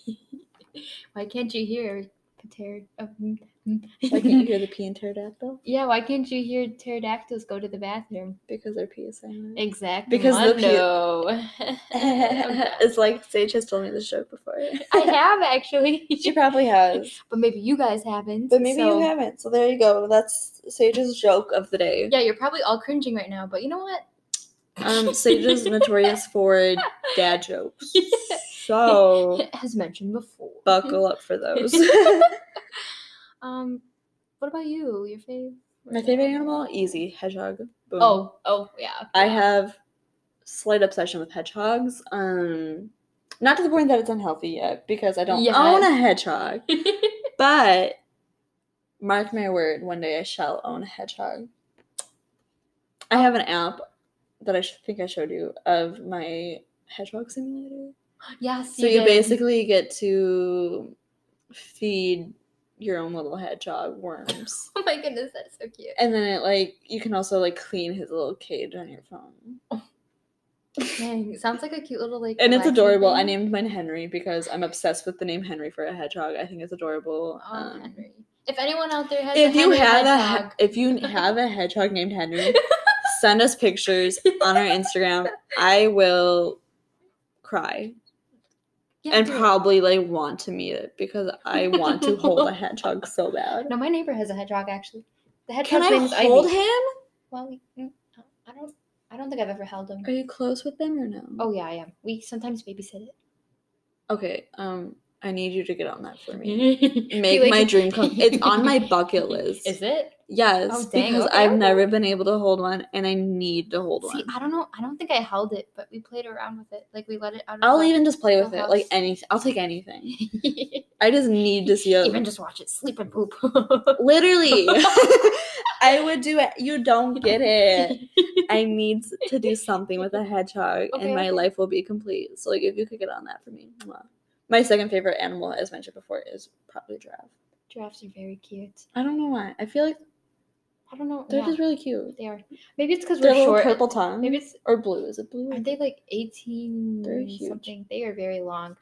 Speaker 1: we go.
Speaker 2: why can't you hear pter- uh, mm, mm.
Speaker 1: Why can't you hear the pee in pterodactyl?
Speaker 2: yeah, why can't you hear pterodactyls go to the bathroom?
Speaker 1: Because their pee is silent.
Speaker 2: Exactly.
Speaker 1: Because the pe-
Speaker 2: I
Speaker 1: it's like Sage has told me this joke before.
Speaker 2: have actually,
Speaker 1: she probably has,
Speaker 2: but maybe you guys haven't.
Speaker 1: but maybe
Speaker 2: so-
Speaker 1: you haven't. So there you go. That's Sage's joke of the day.
Speaker 2: Yeah, you're probably all cringing right now, but you know what?
Speaker 1: Um, Sage is notorious for dad jokes.
Speaker 2: Yeah.
Speaker 1: So
Speaker 2: As mentioned before.
Speaker 1: buckle up for those.
Speaker 2: Um, what about you? Your favorite?
Speaker 1: My favorite animal, easy hedgehog. Boom.
Speaker 2: Oh, oh yeah.
Speaker 1: I
Speaker 2: yeah.
Speaker 1: have slight obsession with hedgehogs. Um, not to the point that it's unhealthy yet because I don't
Speaker 2: Yes.
Speaker 1: own a hedgehog. But mark my word, one day I shall own a hedgehog. I have an app that I sh- think I showed you of my hedgehog simulator.
Speaker 2: yes.
Speaker 1: So you
Speaker 2: did.
Speaker 1: basically get to feed your own little hedgehog worms.
Speaker 2: Oh my goodness, that's so cute.
Speaker 1: And then it like you can also like clean his little cage on your phone.
Speaker 2: Dang, sounds like a cute little like.
Speaker 1: And it's
Speaker 2: collection
Speaker 1: adorable. I
Speaker 2: thing.
Speaker 1: named mine Henry because I'm obsessed with the name Henry for a hedgehog. I think it's adorable.
Speaker 2: Oh,
Speaker 1: Um,
Speaker 2: Henry. If anyone out there has,
Speaker 1: if
Speaker 2: a
Speaker 1: you
Speaker 2: Henry
Speaker 1: have a
Speaker 2: hedgehog,
Speaker 1: he- if you have a hedgehog named Henry, send us pictures on our Instagram. I will cry
Speaker 2: yeah,
Speaker 1: and
Speaker 2: do it.
Speaker 1: probably like want to meet it because I want to hold a hedgehog so bad.
Speaker 2: no, my neighbor has a hedgehog actually. The
Speaker 1: Can
Speaker 2: hedgehog's name is
Speaker 1: I hold
Speaker 2: Ivy.
Speaker 1: him?
Speaker 2: Well, mm, I don't. I don't think I've ever held him.
Speaker 1: Are you close with them or no?
Speaker 2: Oh yeah, I am. We sometimes babysit
Speaker 1: Okay. Um, I need you to get on that for me.
Speaker 2: it. Be
Speaker 1: Make
Speaker 2: like-
Speaker 1: my dream come. It's on my bucket list.
Speaker 2: Is it?
Speaker 1: Yes,
Speaker 2: Oh, dang,
Speaker 1: because
Speaker 2: okay,
Speaker 1: I've
Speaker 2: okay.
Speaker 1: never been able to hold one, and I need to hold
Speaker 2: See,
Speaker 1: one.
Speaker 2: I don't know. I don't think I held it, but we played around with it. Like we let it out. Of
Speaker 1: I'll
Speaker 2: the-
Speaker 1: even just play
Speaker 2: Full
Speaker 1: with it, like
Speaker 2: House.
Speaker 1: anything. I'll take anything. I just need to see it.
Speaker 2: even just watch it sleep and poop.
Speaker 1: Literally, I would do it. You don't get it. I need to do something with a hedgehog,
Speaker 2: Okay,
Speaker 1: and my
Speaker 2: okay.
Speaker 1: life will be complete. So, like, if you could get on that for me, mwah. my second favorite animal, as mentioned before, is probably giraffe.
Speaker 2: Giraffes are very cute.
Speaker 1: I don't know why. I feel like
Speaker 2: I don't know.
Speaker 1: they're
Speaker 2: yeah,
Speaker 1: just really cute.
Speaker 2: they are. Maybe it's because
Speaker 1: Their
Speaker 2: we're
Speaker 1: little
Speaker 2: short.
Speaker 1: purple tongue,
Speaker 2: Maybe it's
Speaker 1: or blue. Is it blue?
Speaker 2: Aren't they like 18
Speaker 1: They're huge.
Speaker 2: something? They are very long.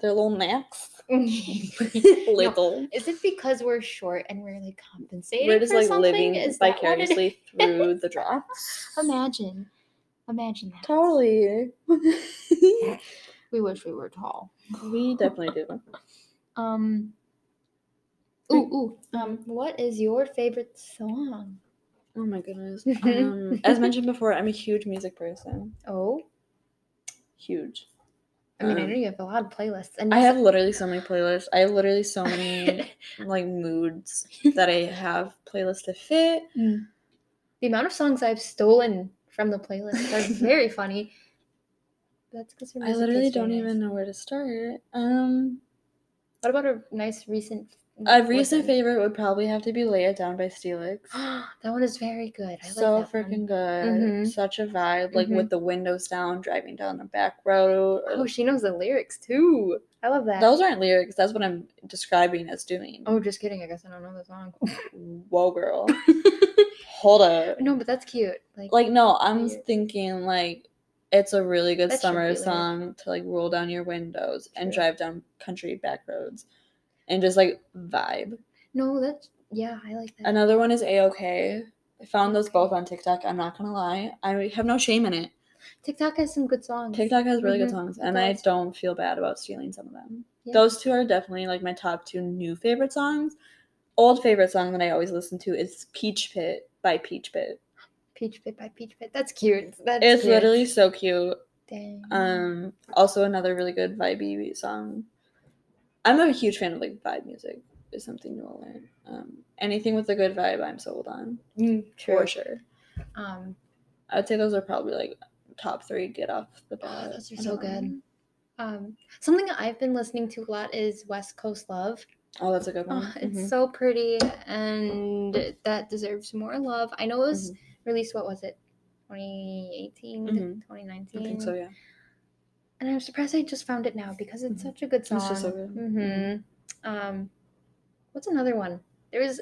Speaker 1: Their little necks.
Speaker 2: Is
Speaker 1: little.
Speaker 2: it because we're short and we're like compensated?
Speaker 1: We're just
Speaker 2: for
Speaker 1: like
Speaker 2: something?
Speaker 1: living
Speaker 2: Is that what it
Speaker 1: vicariously through the drafts.
Speaker 2: is? Imagine. Imagine that.
Speaker 1: Totally. we
Speaker 2: We wish we were tall.
Speaker 1: definitely do.
Speaker 2: Um
Speaker 1: Hmm.
Speaker 2: Ooh, ooh. Um, what is your favorite song?
Speaker 1: Oh my goodness. Um, as mentioned before, I'm a huge music person.
Speaker 2: Oh,
Speaker 1: Huge.
Speaker 2: I mean, I
Speaker 1: Um,
Speaker 2: know you have a lot of playlists, and
Speaker 1: I
Speaker 2: you
Speaker 1: have literally so many playlists. I have literally so many like moods that I have playlists to fit.
Speaker 2: The amount of songs I've stolen from the playlist are very funny. That's because
Speaker 1: I literally don't even know where to start. Um,
Speaker 2: What about a nice recent?
Speaker 1: a recent
Speaker 2: listen?
Speaker 1: favorite would probably have to be "Lay It Down" by Steelix.
Speaker 2: that one is very good. I
Speaker 1: so
Speaker 2: like that one.
Speaker 1: freaking good.
Speaker 2: Mhm.
Speaker 1: Such a vibe. Like
Speaker 2: Mhm.
Speaker 1: with the windows down, driving down the back road. or-
Speaker 2: Oh, she knows the lyrics too. I love that.
Speaker 1: Those aren't lyrics. That's what I'm describing as doing.
Speaker 2: oh, just kidding. I guess I don't know the song.
Speaker 1: Whoa, girl. Hold up.
Speaker 2: no, but that's cute. Like,
Speaker 1: Like, no, I'm
Speaker 2: Weird.
Speaker 1: thinking like it's a really good
Speaker 2: That should be
Speaker 1: summer
Speaker 2: lyrics.
Speaker 1: song to like roll down your windows and
Speaker 2: True.
Speaker 1: drive down country back roads and just like vibe.
Speaker 2: no, that's yeah. I like that.
Speaker 1: Another one is A OK. I found those both on TikTok. I'm not gonna lie. I have no shame in it.
Speaker 2: TikTok has some good songs.
Speaker 1: TikTok has really
Speaker 2: Mhm.
Speaker 1: good songs, and I
Speaker 2: does.
Speaker 1: don't feel bad about stealing some of them.
Speaker 2: Yeah.
Speaker 1: Those two are definitely like my top two new favorite songs. Old favorite song that I always listen to is Peach Pit by Peach Pit.
Speaker 2: Peach Pit by Peach Pit. That's cute. That's
Speaker 1: It's
Speaker 2: cute.
Speaker 1: literally so cute.
Speaker 2: Dang.
Speaker 1: Um, also another really good vibey song. I'm a huge fan of like vibe music. Is something you will learn. Um, anything with a good vibe, I'm sold on
Speaker 2: Mm, true.
Speaker 1: for sure.
Speaker 2: Um,
Speaker 1: I'd say those are probably like top three. Get off the
Speaker 2: Oh,
Speaker 1: bat.
Speaker 2: those are
Speaker 1: I
Speaker 2: so
Speaker 1: don't
Speaker 2: good.
Speaker 1: know.
Speaker 2: um, something I've been listening to a lot is West Coast Love.
Speaker 1: Oh, that's a good one.
Speaker 2: Oh, it's
Speaker 1: Mhm.
Speaker 2: so pretty and that deserves more love. I know it was released, what was it, 2018,
Speaker 1: Mhm.
Speaker 2: 2019?
Speaker 1: I think so. Yeah.
Speaker 2: And I'm surprised I just found it now because it's
Speaker 1: Mhm.
Speaker 2: such a good song.
Speaker 1: just so good.
Speaker 2: Mhm. Um, what's another one? There was.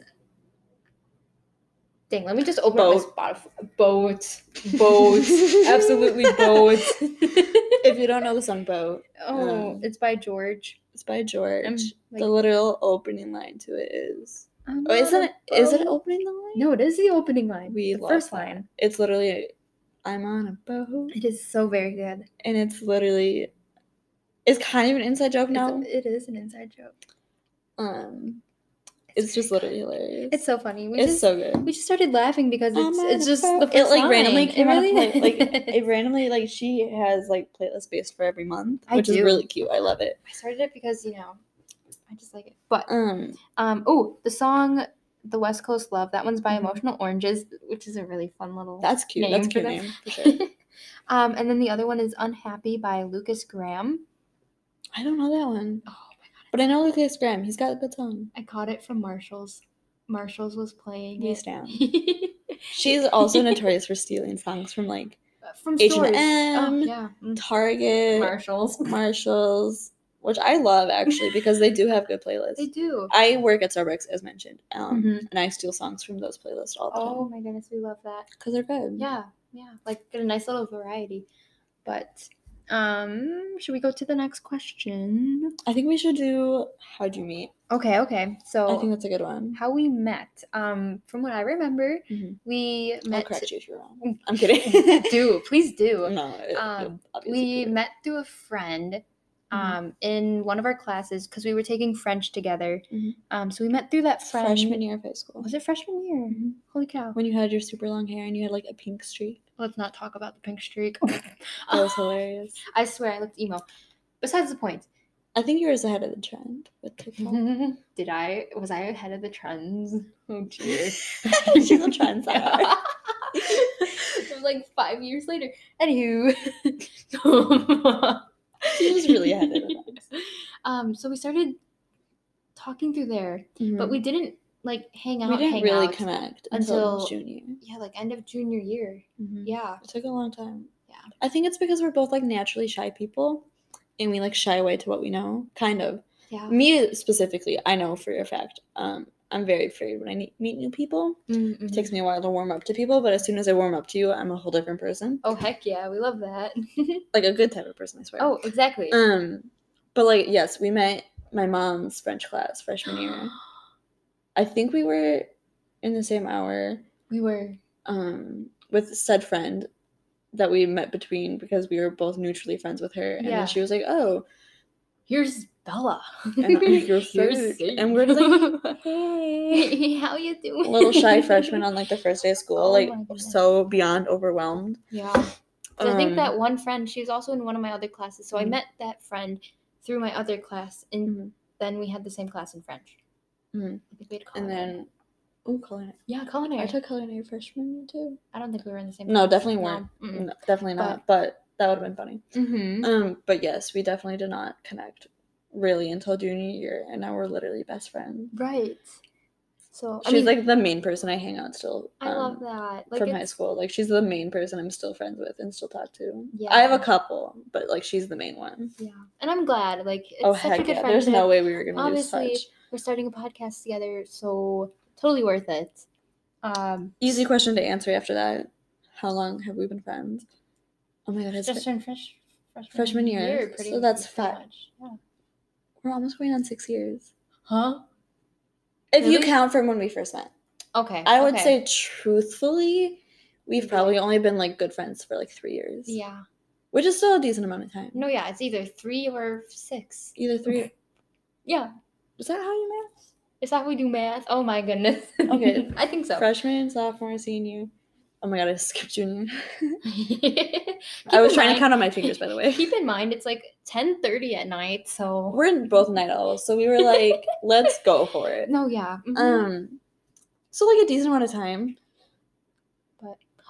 Speaker 2: Dang, let me just open
Speaker 1: Boat.
Speaker 2: up my Spotify. Boat. Boat. Absolutely boat.
Speaker 1: if you don't know the song Boat,
Speaker 2: oh,
Speaker 1: Um,
Speaker 2: it's by George.
Speaker 1: it's by George.
Speaker 2: I'm, like,
Speaker 1: the literal opening line to it is.
Speaker 2: I'm
Speaker 1: Oh,
Speaker 2: not
Speaker 1: isn't
Speaker 2: a
Speaker 1: it? Is it
Speaker 2: boat.
Speaker 1: opening the line?
Speaker 2: No, it is the opening line.
Speaker 1: We
Speaker 2: the
Speaker 1: love
Speaker 2: first
Speaker 1: that.
Speaker 2: line.
Speaker 1: It's literally, I'm on a boat.
Speaker 2: It is so very good.
Speaker 1: And it's literally, it's kind of an inside joke
Speaker 2: It's-
Speaker 1: now.
Speaker 2: it is an inside joke.
Speaker 1: um, It's,
Speaker 2: very
Speaker 1: just
Speaker 2: good.
Speaker 1: literally hilarious.
Speaker 2: It's so funny. We
Speaker 1: it's
Speaker 2: just,
Speaker 1: so good.
Speaker 2: we just started laughing because
Speaker 1: I'm
Speaker 2: it's
Speaker 1: on
Speaker 2: it's
Speaker 1: a
Speaker 2: just
Speaker 1: boat.
Speaker 2: the
Speaker 1: it
Speaker 2: first
Speaker 1: like
Speaker 2: line.
Speaker 1: randomly came
Speaker 2: it
Speaker 1: out
Speaker 2: really
Speaker 1: of play, like it
Speaker 2: is.
Speaker 1: randomly like she has like playlist based for every month,
Speaker 2: I
Speaker 1: which is
Speaker 2: do.
Speaker 1: really cute. I love it.
Speaker 2: I started it because you know I just like it. But
Speaker 1: Um,
Speaker 2: um oh the song the West Coast Love that one's by
Speaker 1: Mhm.
Speaker 2: Emotional Oranges which is a really fun little
Speaker 1: that's cute.
Speaker 2: Name
Speaker 1: that's a
Speaker 2: for
Speaker 1: cute
Speaker 2: them.
Speaker 1: name for sure.
Speaker 2: um and then the other one is Unhappy by Lucas Graham.
Speaker 1: I don't know that one.
Speaker 2: Oh my god!
Speaker 1: But I know Lucas Graham. He's got a good song.
Speaker 2: I caught it from Marshalls. Marshalls was playing
Speaker 1: He's
Speaker 2: it.
Speaker 1: down. She's also notorious for stealing songs from like
Speaker 2: from
Speaker 1: H&M,
Speaker 2: stores. Oh, yeah. Mm.
Speaker 1: Target,
Speaker 2: Marshalls.
Speaker 1: Marshalls, which I love actually because they do have good
Speaker 2: They
Speaker 1: playlists.
Speaker 2: do.
Speaker 1: I work at Starbucks as mentioned, um,
Speaker 2: Mhm.
Speaker 1: and I steal songs from those playlists all the
Speaker 2: Oh
Speaker 1: time
Speaker 2: my goodness, we love that.
Speaker 1: because they're good.
Speaker 2: Yeah, yeah. Like get a nice little variety. But Um, should we go to the next question?
Speaker 1: I think we should do how'd you meet?
Speaker 2: Okay, okay. So
Speaker 1: I think that's a good one.
Speaker 2: Oh. how we met. Um, from what I remember,
Speaker 1: Mhm.
Speaker 2: we
Speaker 1: I'll
Speaker 2: met.
Speaker 1: correct you if you're wrong. I'm kidding.
Speaker 2: do please do.
Speaker 1: no, it- it
Speaker 2: Um,
Speaker 1: obviously
Speaker 2: we
Speaker 1: did.
Speaker 2: met through a friend
Speaker 1: Mhm.
Speaker 2: um, in one of our classes because we were taking French together.
Speaker 1: Mhm.
Speaker 2: Um, so we met through that friend.
Speaker 1: freshman year of high school.
Speaker 2: Was it freshman year?
Speaker 1: Mhm.
Speaker 2: Holy cow.
Speaker 1: When you had your super long hair and you had like a pink streak.
Speaker 2: Let's not talk about the pink streak.
Speaker 1: That was hilarious.
Speaker 2: I swear I looked emo. Besides the point.
Speaker 1: I think yours ahead of the trend with
Speaker 2: Mm-hmm.
Speaker 1: TikTok.
Speaker 2: Did I was I ahead of the trends? Oh dear.
Speaker 1: She's a trendsetter.
Speaker 2: it was like five years later. Anywho.
Speaker 1: She was really ahead of the times.
Speaker 2: um, so we started talking through there, but we didn't like hang out.
Speaker 1: Mm. we didn't
Speaker 2: hang
Speaker 1: really
Speaker 2: out
Speaker 1: connect until,
Speaker 2: until-
Speaker 1: junior. Mm-hmm.
Speaker 2: Yeah, like end of junior year.
Speaker 1: Mm.
Speaker 2: Yeah.
Speaker 1: It took a long time.
Speaker 2: Yeah.
Speaker 1: I think it's because we're both like naturally shy people and we like shy away to what we know, kind of.
Speaker 2: Yeah.
Speaker 1: Me specifically, I know for a fact. Um, I'm very afraid when I ne- meet new people.
Speaker 2: Mm, mm-hmm.
Speaker 1: It takes me a while to warm up to people, but as soon as I warm up to you, I'm a whole different person.
Speaker 2: Oh heck yeah, we love that.
Speaker 1: Like a good type of person, I swear.
Speaker 2: oh, exactly.
Speaker 1: Um, but like yes, we met my mom's French class freshman year. I think we were in the same hour
Speaker 2: we were
Speaker 1: um, with said friend that we met between because we were both mutually friends with her, and
Speaker 2: Yeah.
Speaker 1: then she was like, "Oh,"
Speaker 2: here's Bella.
Speaker 1: and I- you're
Speaker 2: Here's
Speaker 1: third,
Speaker 2: Sadie.
Speaker 1: and we're like, "Hey."
Speaker 2: How you doing?
Speaker 1: Little shy freshman on like the first day of school,
Speaker 2: Oh
Speaker 1: like
Speaker 2: my goodness.
Speaker 1: so beyond overwhelmed.
Speaker 2: Yeah. 'Cause I think
Speaker 1: Um,
Speaker 2: that one friend, she was also in one of my other classes. So I
Speaker 1: Mhm.
Speaker 2: met that friend through my other class, and
Speaker 1: Mhm.
Speaker 2: then we had the same class in French.
Speaker 1: Mhm.
Speaker 2: I think we had
Speaker 1: and
Speaker 2: culinary.
Speaker 1: then oh, culinary.
Speaker 2: yeah, culinary.
Speaker 1: I took culinary freshman year too.
Speaker 2: I don't think we were in the same.
Speaker 1: No,
Speaker 2: class.
Speaker 1: definitely weren't.
Speaker 2: mm-mm.
Speaker 1: No, definitely not. But that would have been funny.
Speaker 2: Mhm.
Speaker 1: Um, but yes, we definitely did not connect really until junior year, and now we're literally best friends.
Speaker 2: Right. So
Speaker 1: She's
Speaker 2: I mean,
Speaker 1: like the main person I hang out still.
Speaker 2: I love
Speaker 1: um,
Speaker 2: that. Like
Speaker 1: from high
Speaker 2: it's-
Speaker 1: school. Like she's the main person I'm still friends with and still talk to. I have
Speaker 2: Yeah.
Speaker 1: a couple, but like she's the main one.
Speaker 2: Yeah, and I'm glad. Like it's
Speaker 1: oh
Speaker 2: such a
Speaker 1: heck
Speaker 2: good
Speaker 1: yeah!
Speaker 2: friendship.
Speaker 1: There's no way we were gonna
Speaker 2: Obviously,
Speaker 1: do such.
Speaker 2: we're starting a podcast together, so totally worth it. Um,
Speaker 1: Easy question to answer after that. How long have we been friends? Oh my god, it's
Speaker 2: just in fresh, freshman,
Speaker 1: freshman year,
Speaker 2: pretty,
Speaker 1: so that's
Speaker 2: pretty
Speaker 1: five.
Speaker 2: much, Yeah.
Speaker 1: we're almost going on six years.
Speaker 2: Huh?
Speaker 1: If you
Speaker 2: Really?
Speaker 1: count from when we first met.
Speaker 2: Okay.
Speaker 1: I would
Speaker 2: okay.
Speaker 1: say truthfully, we've probably only been like good friends for like three years.
Speaker 2: Yeah.
Speaker 1: Which is still a decent amount of time.
Speaker 2: No, yeah, it's either three or six.
Speaker 1: Either three
Speaker 2: Yeah.
Speaker 1: is that how you
Speaker 2: Is that how we do math? Oh my goodness.
Speaker 1: Okay.
Speaker 2: I think so.
Speaker 1: met? Freshman, sophomore, senior. Oh my god, I skipped junior.
Speaker 2: Keep
Speaker 1: I was
Speaker 2: in
Speaker 1: trying
Speaker 2: mind-
Speaker 1: to count on my fingers by the way.
Speaker 2: Keep in mind it's like ten thirty at night, so
Speaker 1: We're in both night owls, so we were like, let's go for it.
Speaker 2: no yeah. mhm.
Speaker 1: Um so like a decent amount of time.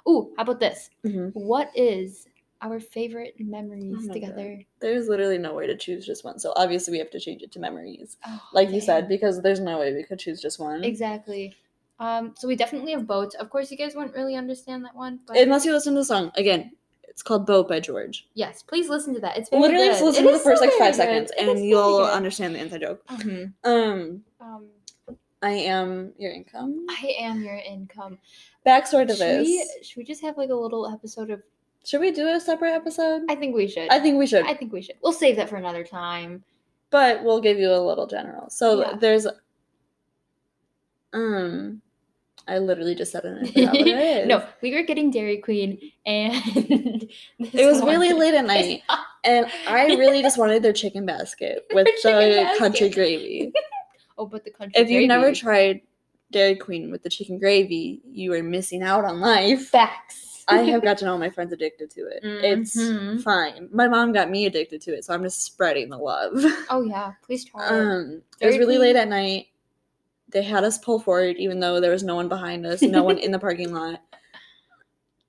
Speaker 2: Ooh, how about this?
Speaker 1: Mhm.
Speaker 2: What is our favorite memories
Speaker 1: Oh my God.
Speaker 2: together?
Speaker 1: There's literally no way to choose just one. So obviously we have to change it to memories.
Speaker 2: Oh,
Speaker 1: Like you
Speaker 2: dang.
Speaker 1: said, because there's no way we could choose just one.
Speaker 2: Exactly. Um, so we definitely have boats. Of course you guys wouldn't really understand that one, but
Speaker 1: Unless you listen to the song. Again, it's called Boat by George.
Speaker 2: yes, please listen to that. It's very
Speaker 1: literally
Speaker 2: good.
Speaker 1: just listen
Speaker 2: It
Speaker 1: to the
Speaker 2: is so
Speaker 1: first like five
Speaker 2: very good.
Speaker 1: seconds
Speaker 2: It is
Speaker 1: and
Speaker 2: very
Speaker 1: you'll
Speaker 2: good.
Speaker 1: understand the inside joke
Speaker 2: Mhm.
Speaker 1: um
Speaker 2: Um,
Speaker 1: i am your income
Speaker 2: I am your income.
Speaker 1: backstory to
Speaker 2: Should we,
Speaker 1: this
Speaker 2: should we just have like a little episode of?
Speaker 1: should we do a separate episode
Speaker 2: I think we should.
Speaker 1: I think we should
Speaker 2: I think we should. We'll save that for another time.
Speaker 1: but we'll give you a little general so
Speaker 2: Yeah.
Speaker 1: there's um i literally just said it and I forgot what it is.
Speaker 2: no, we were getting Dairy Queen, and
Speaker 1: it was really late at night and i really just wanted their chicken basket with
Speaker 2: Their
Speaker 1: the
Speaker 2: chicken
Speaker 1: country
Speaker 2: basket.
Speaker 1: gravy
Speaker 2: Oh, but the country.
Speaker 1: if you've never
Speaker 2: gravy.
Speaker 1: tried dairy queen with the chicken gravy you are missing out on life
Speaker 2: facts,
Speaker 1: I have got to know my friends addicted to it.
Speaker 2: Mhm.
Speaker 1: It's fine. My mom got me addicted to it, so I'm just spreading the love.
Speaker 2: oh yeah, please try. it.
Speaker 1: Um, it was really
Speaker 2: Thirdly-
Speaker 1: late at night. They had us pull forward, even though there was no one behind us, no one in the parking lot.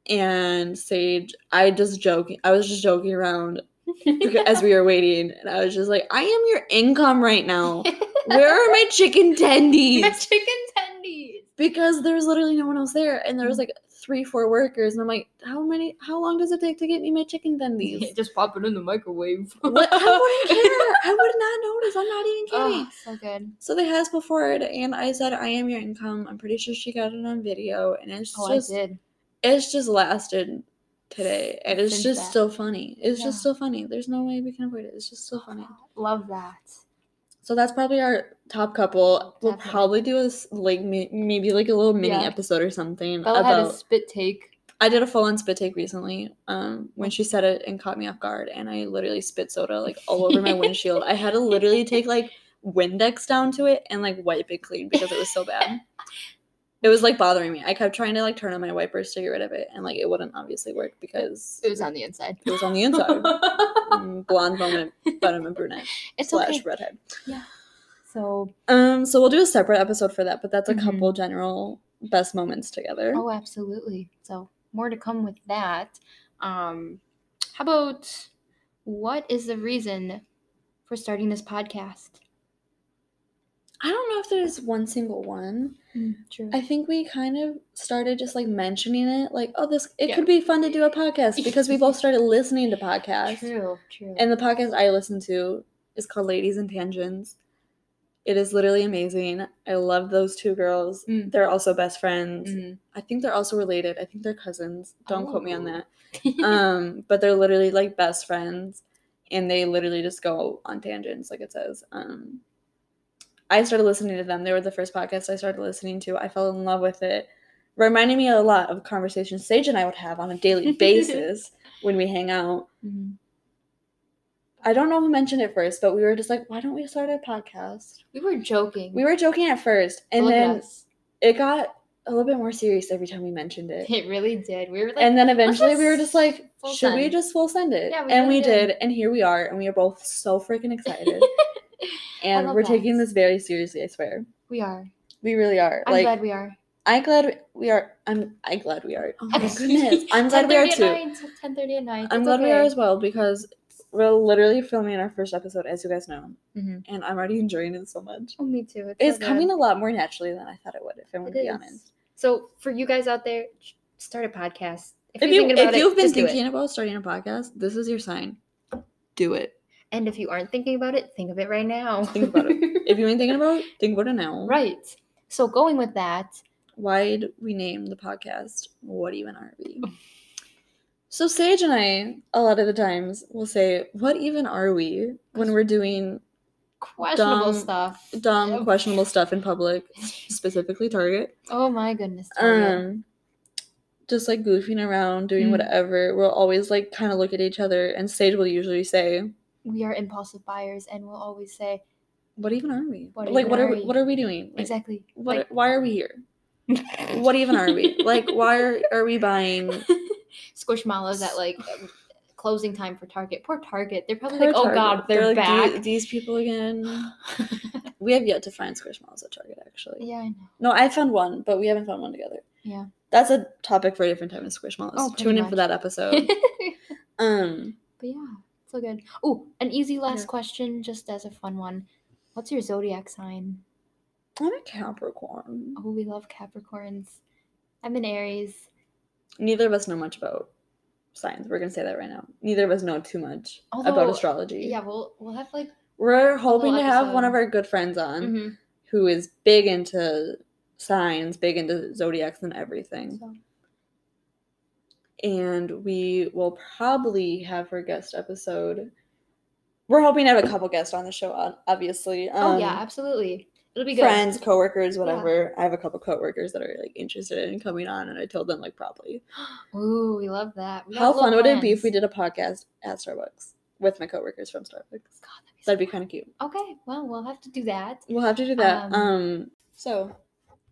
Speaker 1: And Sage, I just joking. I was just joking around beca- as we were waiting, and I was just like, "I am your income right now. Where are my chicken
Speaker 2: The
Speaker 1: tendies?"
Speaker 2: chicken tendies.
Speaker 1: Because there was literally no one else there, and there was like three, four workers, and I'm like, "How many? How long does it take to get me my chicken tendies?"
Speaker 2: Just pop it in the microwave.
Speaker 1: What? I wouldn't care. I would not notice. I'm not even kidding.
Speaker 2: Oh, so good.
Speaker 1: So they had us pull forward, and I said, "I am your income." I'm pretty sure she got it on video, and it's
Speaker 2: Oh,
Speaker 1: just,
Speaker 2: I did.
Speaker 1: it's just lasted today, and it's
Speaker 2: Binge
Speaker 1: just
Speaker 2: that.
Speaker 1: so funny. It's just
Speaker 2: Yeah.
Speaker 1: so funny. There's no way we can avoid it. It's just so funny.
Speaker 2: Love that.
Speaker 1: So that's probably our top couple. We'll
Speaker 2: Definitely.
Speaker 1: probably do a s- like may- maybe like a little mini
Speaker 2: Yeah.
Speaker 1: episode or something
Speaker 2: Bella
Speaker 1: about.
Speaker 2: had a spit take.
Speaker 1: I did a full on spit take recently. Um, when she said it and caught me off guard, and I literally spit soda like all over my windshield. I had to literally take like Windex down to it and like wipe it clean because it was so bad. It was like bothering me. I kept trying to like turn on my wipers to get rid of it, and like it wouldn't obviously work because
Speaker 2: It was on the inside.
Speaker 1: it was on the inside. Mm, Blonde, moment, but I'm a brunette
Speaker 2: it's
Speaker 1: slash
Speaker 2: okay.
Speaker 1: redhead.
Speaker 2: So,
Speaker 1: Um, so we'll do a separate episode for that, but that's a
Speaker 2: Mhm.
Speaker 1: couple general best moments together.
Speaker 2: oh, absolutely. So, more to come with that. Um, how about what is the reason for starting this podcast?
Speaker 1: I don't know if there's one single one.
Speaker 2: True.
Speaker 1: I think we kind of started just like mentioning it, like, oh, this it
Speaker 2: Yeah.
Speaker 1: could be fun to do a podcast because we both started listening to podcasts.
Speaker 2: True. True.
Speaker 1: And the podcast I listen to is called Ladies and Tangents. It is literally amazing. I love those two girls.
Speaker 2: Mm.
Speaker 1: They're also best friends.
Speaker 2: Mhm.
Speaker 1: I think they're also related. I think they're cousins. Don't quote me on
Speaker 2: Oh.
Speaker 1: that. um but they're literally like best friends and they literally just go on tangents like it says um i started listening to them they were the first podcast i started listening to i fell in love with it reminding me a lot of conversations sage and i would have on a daily basis when we hang out
Speaker 2: Mhm.
Speaker 1: i don't know who mentioned it first but we were just like why don't we start a podcast
Speaker 2: We were joking.
Speaker 1: we were joking at first and
Speaker 2: Look at
Speaker 1: then
Speaker 2: us.
Speaker 1: it got a little bit more serious every time we mentioned it
Speaker 2: it really did. We were like,
Speaker 1: and then eventually we were
Speaker 2: just
Speaker 1: just like,
Speaker 2: full
Speaker 1: should we
Speaker 2: send."
Speaker 1: just full send it?
Speaker 2: Yeah, we
Speaker 1: and we
Speaker 2: really did.
Speaker 1: did. And here we are. And we are both so freaking excited. and
Speaker 2: love
Speaker 1: we're
Speaker 2: that.
Speaker 1: taking this very seriously, I swear.
Speaker 2: we are.
Speaker 1: We really are.
Speaker 2: I'm
Speaker 1: like,
Speaker 2: glad we are.
Speaker 1: I'm glad we are. I'm, I'm glad we are. Oh my goodness. I'm glad we are
Speaker 2: 10:30
Speaker 1: too.
Speaker 2: at night, till 10:30 at night.
Speaker 1: I'm
Speaker 2: It's
Speaker 1: glad we
Speaker 2: okay.
Speaker 1: are as well because we're literally filming our first episode, as you guys know.
Speaker 2: Mhm.
Speaker 1: And I'm already enjoying it so much.
Speaker 2: Oh, me too.
Speaker 1: It's
Speaker 2: so
Speaker 1: coming
Speaker 2: good.
Speaker 1: a lot more naturally than I thought it would, if I'm going
Speaker 2: It
Speaker 1: to be
Speaker 2: is.
Speaker 1: honest.
Speaker 2: So for you guys out there, sh- start a podcast.
Speaker 1: If,
Speaker 2: If, you're
Speaker 1: you,
Speaker 2: thinking about
Speaker 1: if you've
Speaker 2: it,
Speaker 1: been
Speaker 2: just do it.
Speaker 1: thinking about starting a podcast, this is your sign. Do it.
Speaker 2: and if you aren't thinking about it, think of it right now.
Speaker 1: Think about
Speaker 2: it.
Speaker 1: if you ain't thinking about it, think about it now.
Speaker 2: right. So going with that,
Speaker 1: Why'd we name the podcast What Even Are We? So Sage and I, a lot of the times, will say, What even are we? when we're doing
Speaker 2: questionable
Speaker 1: Dumb-
Speaker 2: stuff.
Speaker 1: dumb,
Speaker 2: Yep.
Speaker 1: questionable stuff in public, specifically Target.
Speaker 2: Oh my goodness. Talia.
Speaker 1: Um just like goofing around, doing
Speaker 2: Mm.
Speaker 1: whatever. We'll always like kind of look at each other and Sage will usually say,
Speaker 2: we are impulsive buyers, and we'll always say
Speaker 1: What even are we?
Speaker 2: What
Speaker 1: like
Speaker 2: even
Speaker 1: what are
Speaker 2: are
Speaker 1: we
Speaker 2: we?
Speaker 1: what are we doing? Like,
Speaker 2: exactly.
Speaker 1: what
Speaker 2: like-
Speaker 1: why are we here? What even are we? like why are, are we buying
Speaker 2: Squishmallows at like um, closing time for Target. Poor Target. They're probably
Speaker 1: Poor
Speaker 2: like, oh
Speaker 1: Target.
Speaker 2: god, they're,
Speaker 1: like, "The-
Speaker 2: back.
Speaker 1: these people again. we have yet to find Squishmallows at Target, actually.
Speaker 2: yeah, I know.
Speaker 1: No, I found one, but we haven't found one together.
Speaker 2: Yeah.
Speaker 1: That's a topic for a different time of Squishmallows.
Speaker 2: Oh, pretty
Speaker 1: Tune in for
Speaker 2: much.
Speaker 1: that episode. um,
Speaker 2: But yeah, so good. Oh, an easy last
Speaker 1: Yeah.
Speaker 2: question, just as a fun one. What's your zodiac sign?
Speaker 1: I'm a Capricorn.
Speaker 2: Oh, we love Capricorns. I'm an Aries.
Speaker 1: Neither of us know much about signs. We're gonna say that right now. Neither of us know too much about
Speaker 2: Although,
Speaker 1: astrology.
Speaker 2: Yeah, we'll we'll have like
Speaker 1: We're hoping to
Speaker 2: Little
Speaker 1: have one
Speaker 2: episode.
Speaker 1: of our good friends on
Speaker 2: mhm,
Speaker 1: who is big into signs, big into zodiacs and everything.
Speaker 2: so.
Speaker 1: and we will probably have her guest episode. We're hoping to have a couple guests on the show, ob- obviously. Um,
Speaker 2: oh yeah, absolutely. It'll be good.
Speaker 1: friends, coworkers, whatever. I have a couple coworkers that are like interested in coming on, and I told them like probably.
Speaker 2: Ooh, we love that. We got
Speaker 1: How
Speaker 2: little
Speaker 1: fun would it be if we
Speaker 2: plans.
Speaker 1: did a podcast at Starbucks with my coworkers from Starbucks?
Speaker 2: God, that'd be so
Speaker 1: That'd be kind of cute.
Speaker 2: Okay, well, we'll have to do that.
Speaker 1: We'll have to do that.
Speaker 2: Um,
Speaker 1: Um, so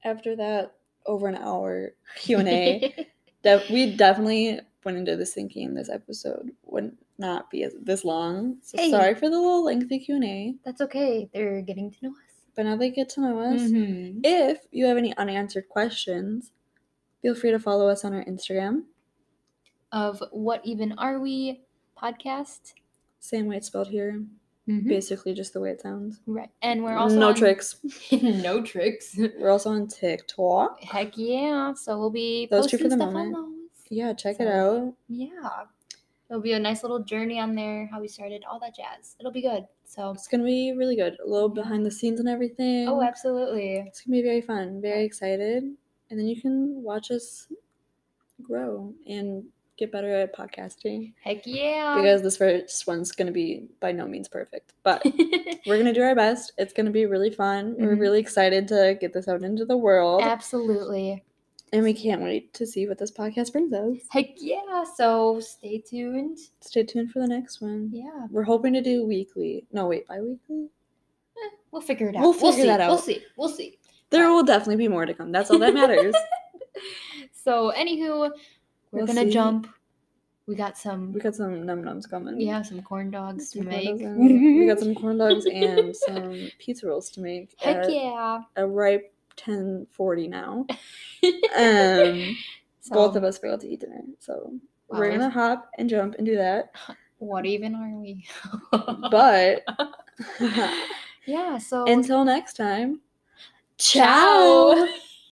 Speaker 1: after that, over an hour Q and A. def- we definitely went into this thinking this episode would not be as- this long. So
Speaker 2: Hey.
Speaker 1: sorry for the little lengthy Q and A,
Speaker 2: That's okay. They're getting to know us.
Speaker 1: but now they get to know us.
Speaker 2: Mhm.
Speaker 1: If you have any unanswered questions, feel free to follow us on our Instagram,
Speaker 2: Of what even are we podcast?
Speaker 1: same way it's spelled here,
Speaker 2: Mhm.
Speaker 1: basically just the way it sounds.
Speaker 2: Right, and we're also
Speaker 1: no
Speaker 2: on-
Speaker 1: tricks.
Speaker 2: no tricks.
Speaker 1: We're also on TikTok.
Speaker 2: Heck yeah! So we'll be
Speaker 1: Those two
Speaker 2: posting
Speaker 1: for the
Speaker 2: stuff
Speaker 1: moment.
Speaker 2: on those.
Speaker 1: Yeah, check it
Speaker 2: So-
Speaker 1: out.
Speaker 2: Yeah, it'll be a nice little journey on there, how we started, all that jazz. It'll be good. So
Speaker 1: It's gonna be really good. A little behind the scenes and everything.
Speaker 2: oh, absolutely.
Speaker 1: It's gonna be very fun, very excited, and then you can watch us grow and get better at podcasting
Speaker 2: Heck yeah.
Speaker 1: because this first one's going to be by no means perfect, but we're going to do our best. It's going to be really fun. We're
Speaker 2: Mhm.
Speaker 1: really excited to get this out into the world,
Speaker 2: Absolutely.
Speaker 1: and we can't wait to see what this podcast brings us.
Speaker 2: Heck yeah. So stay tuned.
Speaker 1: Stay tuned for the next one.
Speaker 2: Yeah.
Speaker 1: We're hoping to do weekly. No, wait, bi weekly?
Speaker 2: Eh, We'll figure it out.
Speaker 1: We'll figure
Speaker 2: see.
Speaker 1: that
Speaker 2: We'll
Speaker 1: out.
Speaker 2: see. We'll see.
Speaker 1: There will definitely be more to come. That's all that matters.
Speaker 2: So, anywho, we're
Speaker 1: We'll
Speaker 2: gonna
Speaker 1: see.
Speaker 2: jump. We got some.
Speaker 1: we got some num nums coming.
Speaker 2: yeah, some corn dogs to
Speaker 1: Some corn
Speaker 2: make.
Speaker 1: dogs and- we got some corn dogs and some pizza rolls to make
Speaker 2: Heck
Speaker 1: at
Speaker 2: yeah.
Speaker 1: a ripe 1040 now. Um, Both of us failed to eat dinner. So we're
Speaker 2: Wow.
Speaker 1: going to hop and jump and do that.
Speaker 2: What even are we?
Speaker 1: But
Speaker 2: yeah, so
Speaker 1: until next time,
Speaker 2: Ciao.
Speaker 1: ciao.